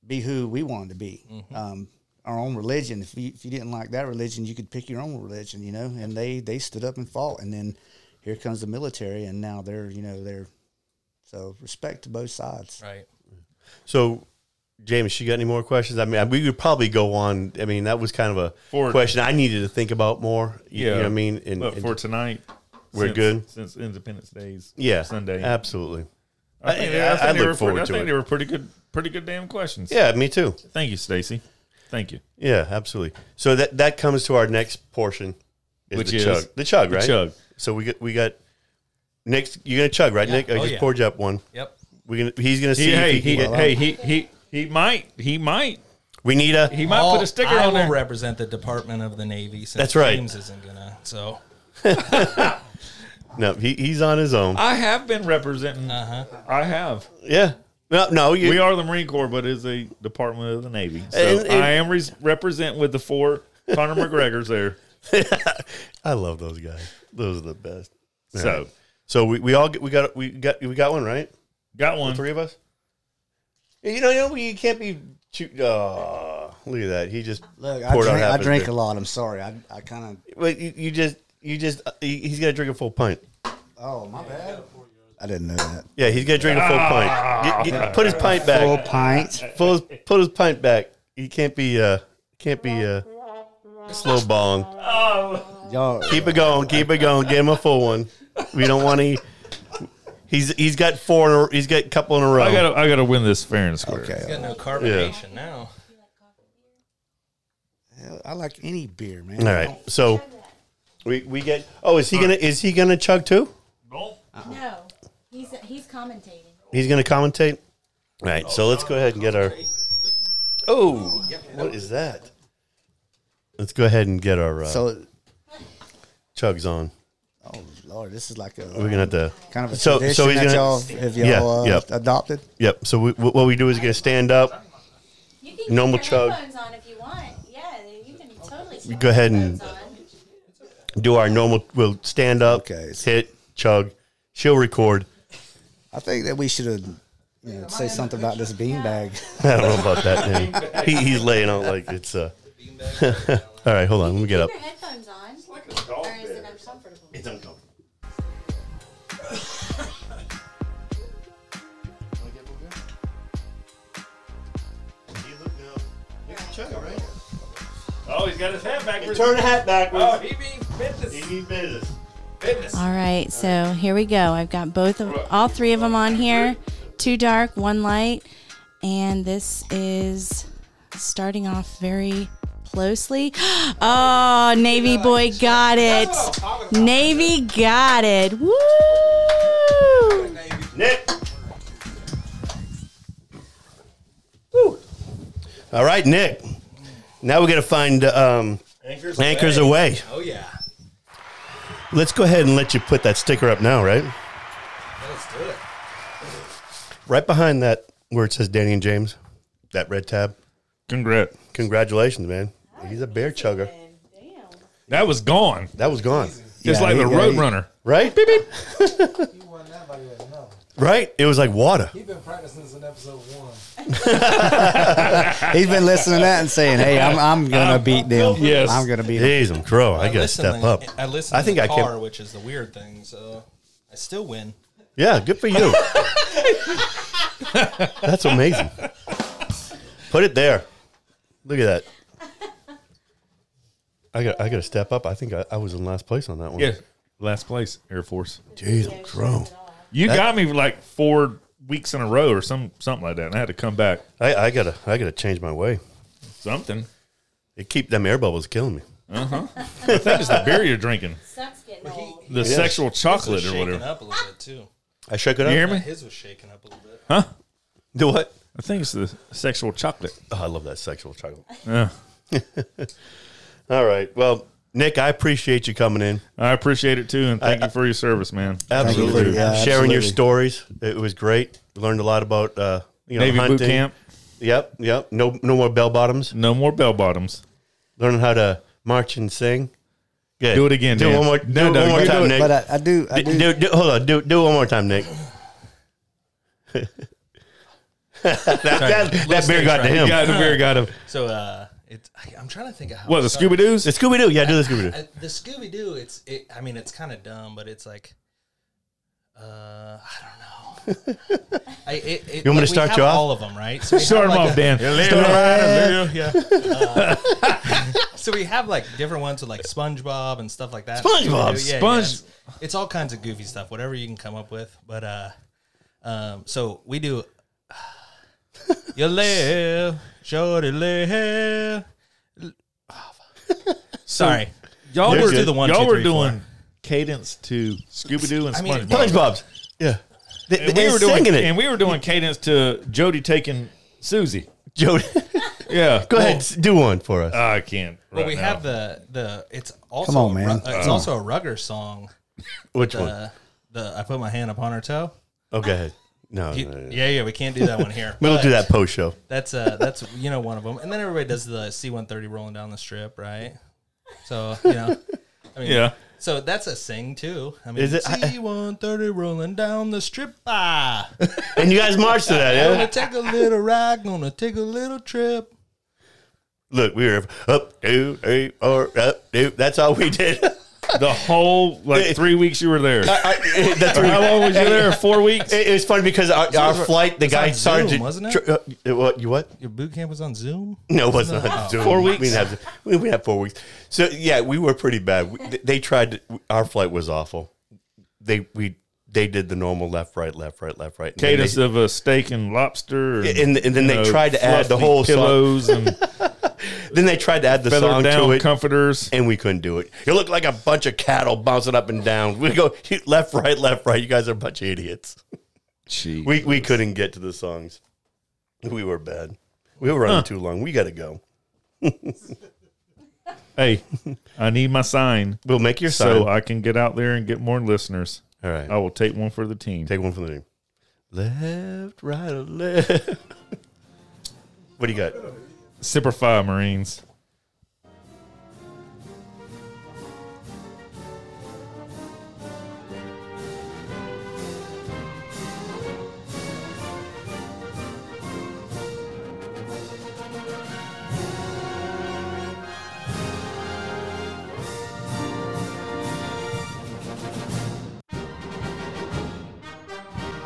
Speaker 5: be who we wanted to be.
Speaker 1: Mm-hmm.
Speaker 5: Um, our own religion. If you, if you didn't like that religion, you could pick your own religion, you know. And they they stood up and fought. And then here comes the military, and now they're you know they're so respect to both sides.
Speaker 4: right
Speaker 1: So, James, you got any more questions? I mean, we could probably go on. I mean, that was kind of a
Speaker 2: For-
Speaker 1: question I needed to think about more. You, you know what I mean? And,
Speaker 2: but
Speaker 1: and-
Speaker 2: for tonight,
Speaker 1: We're
Speaker 2: since-
Speaker 1: good?
Speaker 2: since Independence Day's
Speaker 1: yeah,
Speaker 2: Sunday.
Speaker 1: Absolutely.
Speaker 2: I think,
Speaker 1: I-
Speaker 2: I think
Speaker 1: I
Speaker 2: they
Speaker 1: look
Speaker 2: were
Speaker 1: forward
Speaker 2: pretty, I
Speaker 1: to
Speaker 2: think
Speaker 1: it.
Speaker 2: they were pretty good, pretty good damn questions.
Speaker 1: Yeah, me too.
Speaker 2: Thank you, Stacy. Thank you.
Speaker 1: Yeah, absolutely. So that that comes to our next portion, is
Speaker 2: Which
Speaker 1: the
Speaker 2: is
Speaker 1: chug. The chug,
Speaker 2: the
Speaker 1: right?
Speaker 2: chug.
Speaker 1: So we got we got next. You're gonna chug, right,
Speaker 4: Yeah.
Speaker 1: Nick? I
Speaker 4: Oh,
Speaker 1: just
Speaker 4: yeah.
Speaker 1: poured you up one.
Speaker 4: yep
Speaker 1: We gonna he's gonna see.
Speaker 2: He,
Speaker 1: if
Speaker 2: hey,
Speaker 1: he
Speaker 2: he,
Speaker 1: can get-
Speaker 2: hey, he, he, he might, he might,
Speaker 1: we need a.
Speaker 2: he might put
Speaker 4: All-
Speaker 2: a sticker
Speaker 4: Oh, I
Speaker 2: on
Speaker 4: will
Speaker 2: there.
Speaker 4: represent the Department of the Navy since
Speaker 1: That's right.
Speaker 4: James isn't gonna so
Speaker 1: no, he, he's on his own.
Speaker 2: I have been representing. I have.
Speaker 1: yeah. No, no, you.
Speaker 2: We are the Marine Corps, but it's a Department of the Navy. So
Speaker 1: And- and-
Speaker 2: I am res- representing with
Speaker 1: [LAUGHS]
Speaker 2: the four Conor McGregor's there.
Speaker 1: I love those guys. Those are the best. All
Speaker 2: So
Speaker 1: right. So we, we all get, we got we got we got one right.
Speaker 5: Mm-hmm.
Speaker 2: got one.
Speaker 1: Three of us. You know, you know, you can't be. Shoot, oh, look at that. He just
Speaker 5: Look, I
Speaker 1: poured out
Speaker 5: drink,
Speaker 1: half
Speaker 5: I
Speaker 1: his
Speaker 5: drink
Speaker 1: beer.
Speaker 5: a lot. I'm sorry. I, I kind
Speaker 1: Wait, you, you just you just uh, he- he's got to drink a full pint.
Speaker 5: of. Oh my bad. I didn't know that.
Speaker 1: Yeah, he's got to drink a full pint. Get, get, put his pint
Speaker 5: Full
Speaker 1: back.
Speaker 5: pint.
Speaker 1: Full his, put his pint back. He can't be uh can't be uh slow balling.
Speaker 5: Y'all,
Speaker 1: Keep it going. Keep it going. Get him a full one. We don't want to. He's he's got four. In a, he's got a couple in a row.
Speaker 2: I gotta, I gotta win this fair and square.
Speaker 5: okay.
Speaker 4: got no carbonation now.
Speaker 5: Hell, I like any beer, man.
Speaker 1: All right. So we we get. Oh, is he gonna is he gonna chug too?
Speaker 6: No, he's he's commentating.
Speaker 1: He's gonna commentate. All right. So let's go ahead and get our. Oh, what is that? Let's go ahead and get our uh,
Speaker 5: So,
Speaker 1: chugs on.
Speaker 5: oh lord, this is like a
Speaker 1: We're gonna have to.
Speaker 5: kind of a
Speaker 1: so- so
Speaker 5: tradition
Speaker 1: he's
Speaker 5: that
Speaker 1: gonna-
Speaker 5: y'all have y'all
Speaker 1: Yeah,
Speaker 5: uh,
Speaker 1: yep.
Speaker 5: adopted.
Speaker 1: Yep. So we, what we do is gonna stand up.
Speaker 6: You can
Speaker 1: Normal
Speaker 6: keep
Speaker 1: chug.
Speaker 6: your headphones on if you want. Yeah, you can totally. still
Speaker 1: go ahead and-
Speaker 6: have headphones on.
Speaker 1: Do our normal. We'll stand up.
Speaker 5: Okay.
Speaker 1: Hit chug. She'll record. [LAUGHS]
Speaker 5: I think that we should have you know, say something about this beanbag.
Speaker 1: I don't know about that. Man. He, he's laying out like it's. Uh... [LAUGHS] All right, hold on. Let me get up.
Speaker 6: Keep your headphones on. or is it uncomfortable?
Speaker 1: It's uncomfortable.
Speaker 2: Oh, he's got his hat backwards.
Speaker 1: Turn the hat
Speaker 2: Oh,
Speaker 1: backwards.
Speaker 2: he means business.
Speaker 1: He business.
Speaker 2: Business.
Speaker 3: All right, so here we go. I've got both of all three of them on here. Two dark, one light, and this is starting off very closely. [GASPS] Oh, Navy boy got it. Navy got it. Woo!
Speaker 1: Nick. Woo. All right, Nick. Now we got to find um,
Speaker 2: Anchors,
Speaker 1: anchors away.
Speaker 4: Oh yeah,
Speaker 1: Let's go ahead and let you put that sticker up now, right?
Speaker 4: let's do it.
Speaker 1: Right behind that where it says Danny and James, that red tab.
Speaker 2: Congrats.
Speaker 1: Congratulations, man. He's a bear chugger.
Speaker 2: That was gone.
Speaker 1: That was gone.
Speaker 2: Just
Speaker 5: Yeah,
Speaker 2: like
Speaker 5: he-
Speaker 2: the
Speaker 5: yeah,
Speaker 2: Road
Speaker 5: he-
Speaker 2: Runner.
Speaker 1: Right?
Speaker 7: You won that by the way. No.
Speaker 1: Right? It was like water.
Speaker 7: He's been practicing since episode one.
Speaker 5: He's been listening to that and saying, "Hey, I'm I'm gonna beat them.
Speaker 2: Yes.
Speaker 5: I'm gonna beat them."
Speaker 1: Jeez, I'm crow. I gotta
Speaker 4: listened
Speaker 1: step up.
Speaker 4: I listen.
Speaker 1: I think
Speaker 4: in
Speaker 1: I
Speaker 4: the
Speaker 1: can-
Speaker 4: car, which is the weird thing. So I still win.
Speaker 1: Yeah, good for you. That's amazing. Put it there. Look at that. I got. I got to step up. I think I, I was in last place on that one.
Speaker 2: Yeah. Last place, Air Force.
Speaker 1: Jeez, I'm crow.
Speaker 2: You got me like four weeks in a row or some something like that. And I had to come back.
Speaker 1: I, I gotta. I gotta change my way.
Speaker 2: Something.
Speaker 1: It keep them air bubbles killing me.
Speaker 2: I think it's the beer you're drinking,
Speaker 6: Sucks getting old.
Speaker 2: the sexual chocolate or
Speaker 4: shaking
Speaker 2: whatever.
Speaker 4: up a little bit too.
Speaker 1: I shook it
Speaker 2: You
Speaker 1: up.
Speaker 2: hear me?
Speaker 4: His was shaking up a little bit.
Speaker 1: Do what?
Speaker 2: I think it's the sexual chocolate.
Speaker 1: Oh, I love that sexual chocolate.
Speaker 2: Yeah.
Speaker 1: [LAUGHS] All right. Well, Nick, I appreciate you coming in.
Speaker 2: I appreciate it too, and thank you for your service, man.
Speaker 5: you for-
Speaker 1: Absolutely.
Speaker 5: yeah,
Speaker 1: Sharing your
Speaker 5: absolutely.
Speaker 1: stories. It was great. We learned a lot about uh, you know,
Speaker 2: Navy
Speaker 1: hunting.
Speaker 2: boot camp.
Speaker 1: Yep, yep. No no more bell bottoms.
Speaker 2: No more bell bottoms.
Speaker 1: Learning how to march and sing. Good.
Speaker 2: Do it again,
Speaker 1: Do it
Speaker 2: Dan.
Speaker 1: one more, do
Speaker 2: No,
Speaker 1: it
Speaker 2: no,
Speaker 1: one more
Speaker 2: you
Speaker 1: time,
Speaker 2: do it,
Speaker 1: Nick.
Speaker 5: But I, I do, I
Speaker 1: do,
Speaker 5: do.
Speaker 1: do, do- hold on. Do, do it one more time, Nick. [LAUGHS] that that, that beer got to him.
Speaker 2: Got him, beer got him.
Speaker 4: So uh, it's I, I'm trying to think of how.
Speaker 2: What
Speaker 4: I
Speaker 2: the
Speaker 4: started.
Speaker 2: Scooby Doo's?
Speaker 1: The Scooby Doo. Yeah, do the Scooby Doo.
Speaker 4: I, the Scooby Doo. It's it. I mean, it's kind of dumb, but it's like, uh, I don't
Speaker 1: [LAUGHS]
Speaker 4: know. I, it,
Speaker 1: You want me
Speaker 4: it,
Speaker 1: to
Speaker 4: like, we
Speaker 1: start
Speaker 4: have
Speaker 1: you off?
Speaker 4: All of them, right? So
Speaker 2: [LAUGHS]
Speaker 4: we
Speaker 2: Start
Speaker 4: have,
Speaker 2: him
Speaker 4: like,
Speaker 2: off,
Speaker 4: a- [LAUGHS] Uh,
Speaker 2: Dan. Start him off. Yeah.
Speaker 4: So we have like different ones with like SpongeBob and stuff like that.
Speaker 1: SpongeBob,
Speaker 4: Scooby-Doo,
Speaker 2: Sponge-
Speaker 4: it's, it's all kinds of goofy stuff, whatever you can come up with. But uh, um, so we do. [SIGHS] you live, shorty live. Sorry,
Speaker 2: Y'all
Speaker 4: Let's
Speaker 2: were,
Speaker 4: do the one,
Speaker 2: y'all
Speaker 4: two,
Speaker 2: were
Speaker 4: three,
Speaker 2: doing cadence to Scooby Doo and
Speaker 4: I mean,
Speaker 2: SpongeBob.
Speaker 1: SpongeBob's. Yeah. They,
Speaker 2: And
Speaker 1: they
Speaker 2: we
Speaker 1: were
Speaker 2: were
Speaker 1: singing
Speaker 2: doing
Speaker 1: it.
Speaker 2: and we were doing cadence to Jody taking Susie.
Speaker 1: Jody,
Speaker 2: Yeah,
Speaker 1: [LAUGHS] go ahead, s- do one for us.
Speaker 2: I can't.
Speaker 4: but
Speaker 2: right
Speaker 4: we
Speaker 2: now.
Speaker 4: have the the. It's also
Speaker 5: on,
Speaker 4: a
Speaker 5: man.
Speaker 4: Ru- uh,
Speaker 1: Oh.
Speaker 4: it's also a Rugger song.
Speaker 1: Which one?
Speaker 4: The the I put my hand upon her toe.
Speaker 1: Oh, go ahead. No,
Speaker 4: You-
Speaker 1: no, no, no.
Speaker 4: yeah, yeah, we can't do that one here.
Speaker 1: [LAUGHS] we'll
Speaker 4: But-
Speaker 1: do that post show.
Speaker 4: That's uh that's you know one of them. And then everybody does the C130 rolling down the strip, right? So, you know. I mean,
Speaker 2: Yeah.
Speaker 4: So that's a sing too. I mean,
Speaker 1: Is it- I-
Speaker 4: C130 rolling down the strip?
Speaker 1: [LAUGHS]
Speaker 4: Ah.
Speaker 1: And you guys march to that,
Speaker 4: Gonna
Speaker 1: yeah?
Speaker 4: take a little ride, gonna take a little trip.
Speaker 1: Look, we were up, do, eight, or up, do. That's all we did.
Speaker 2: the whole like three weeks you were there.
Speaker 1: I- that's what we-
Speaker 2: How long was
Speaker 1: [LAUGHS]
Speaker 2: you there? Four weeks.
Speaker 1: It, it was funny because our, our flight, the guy
Speaker 4: on
Speaker 1: started,
Speaker 4: Zoom,
Speaker 1: to-
Speaker 4: wasn't it?
Speaker 1: tr- uh, it what, you what?
Speaker 4: Your boot camp was on Zoom?
Speaker 1: [LAUGHS] No, it wasn't. on Zoom.
Speaker 2: Four weeks?
Speaker 1: We didn't have, we didn't have four weeks. So yeah, we were pretty bad. We, th- they tried. To, our flight was awful. They we they did the normal left, right, left, right, left, right. And then
Speaker 2: Cadence
Speaker 1: they-
Speaker 2: of a steak and lobster,
Speaker 1: And- and then they
Speaker 2: you
Speaker 1: tried to add the
Speaker 2: fluffy
Speaker 1: whole song-
Speaker 2: pillows
Speaker 1: [LAUGHS]
Speaker 2: and
Speaker 1: then they tried to add the
Speaker 2: feather
Speaker 1: song to
Speaker 2: down
Speaker 1: it.
Speaker 2: comforters.
Speaker 1: and we couldn't do it. You look like a bunch of cattle bouncing up and down. We go left, right, left, right. You guys are a bunch of idiots. We we couldn't get to the songs. We were bad. We were running too long. We got to go.
Speaker 2: Hey, I need my sign
Speaker 1: We'll make your sign.
Speaker 2: so I can get out there and get more listeners.
Speaker 1: All right.
Speaker 2: I will take one for the team.
Speaker 1: Take one from the name. Left, right, or left. [LAUGHS] what do you got?
Speaker 2: Sipper Five Marines.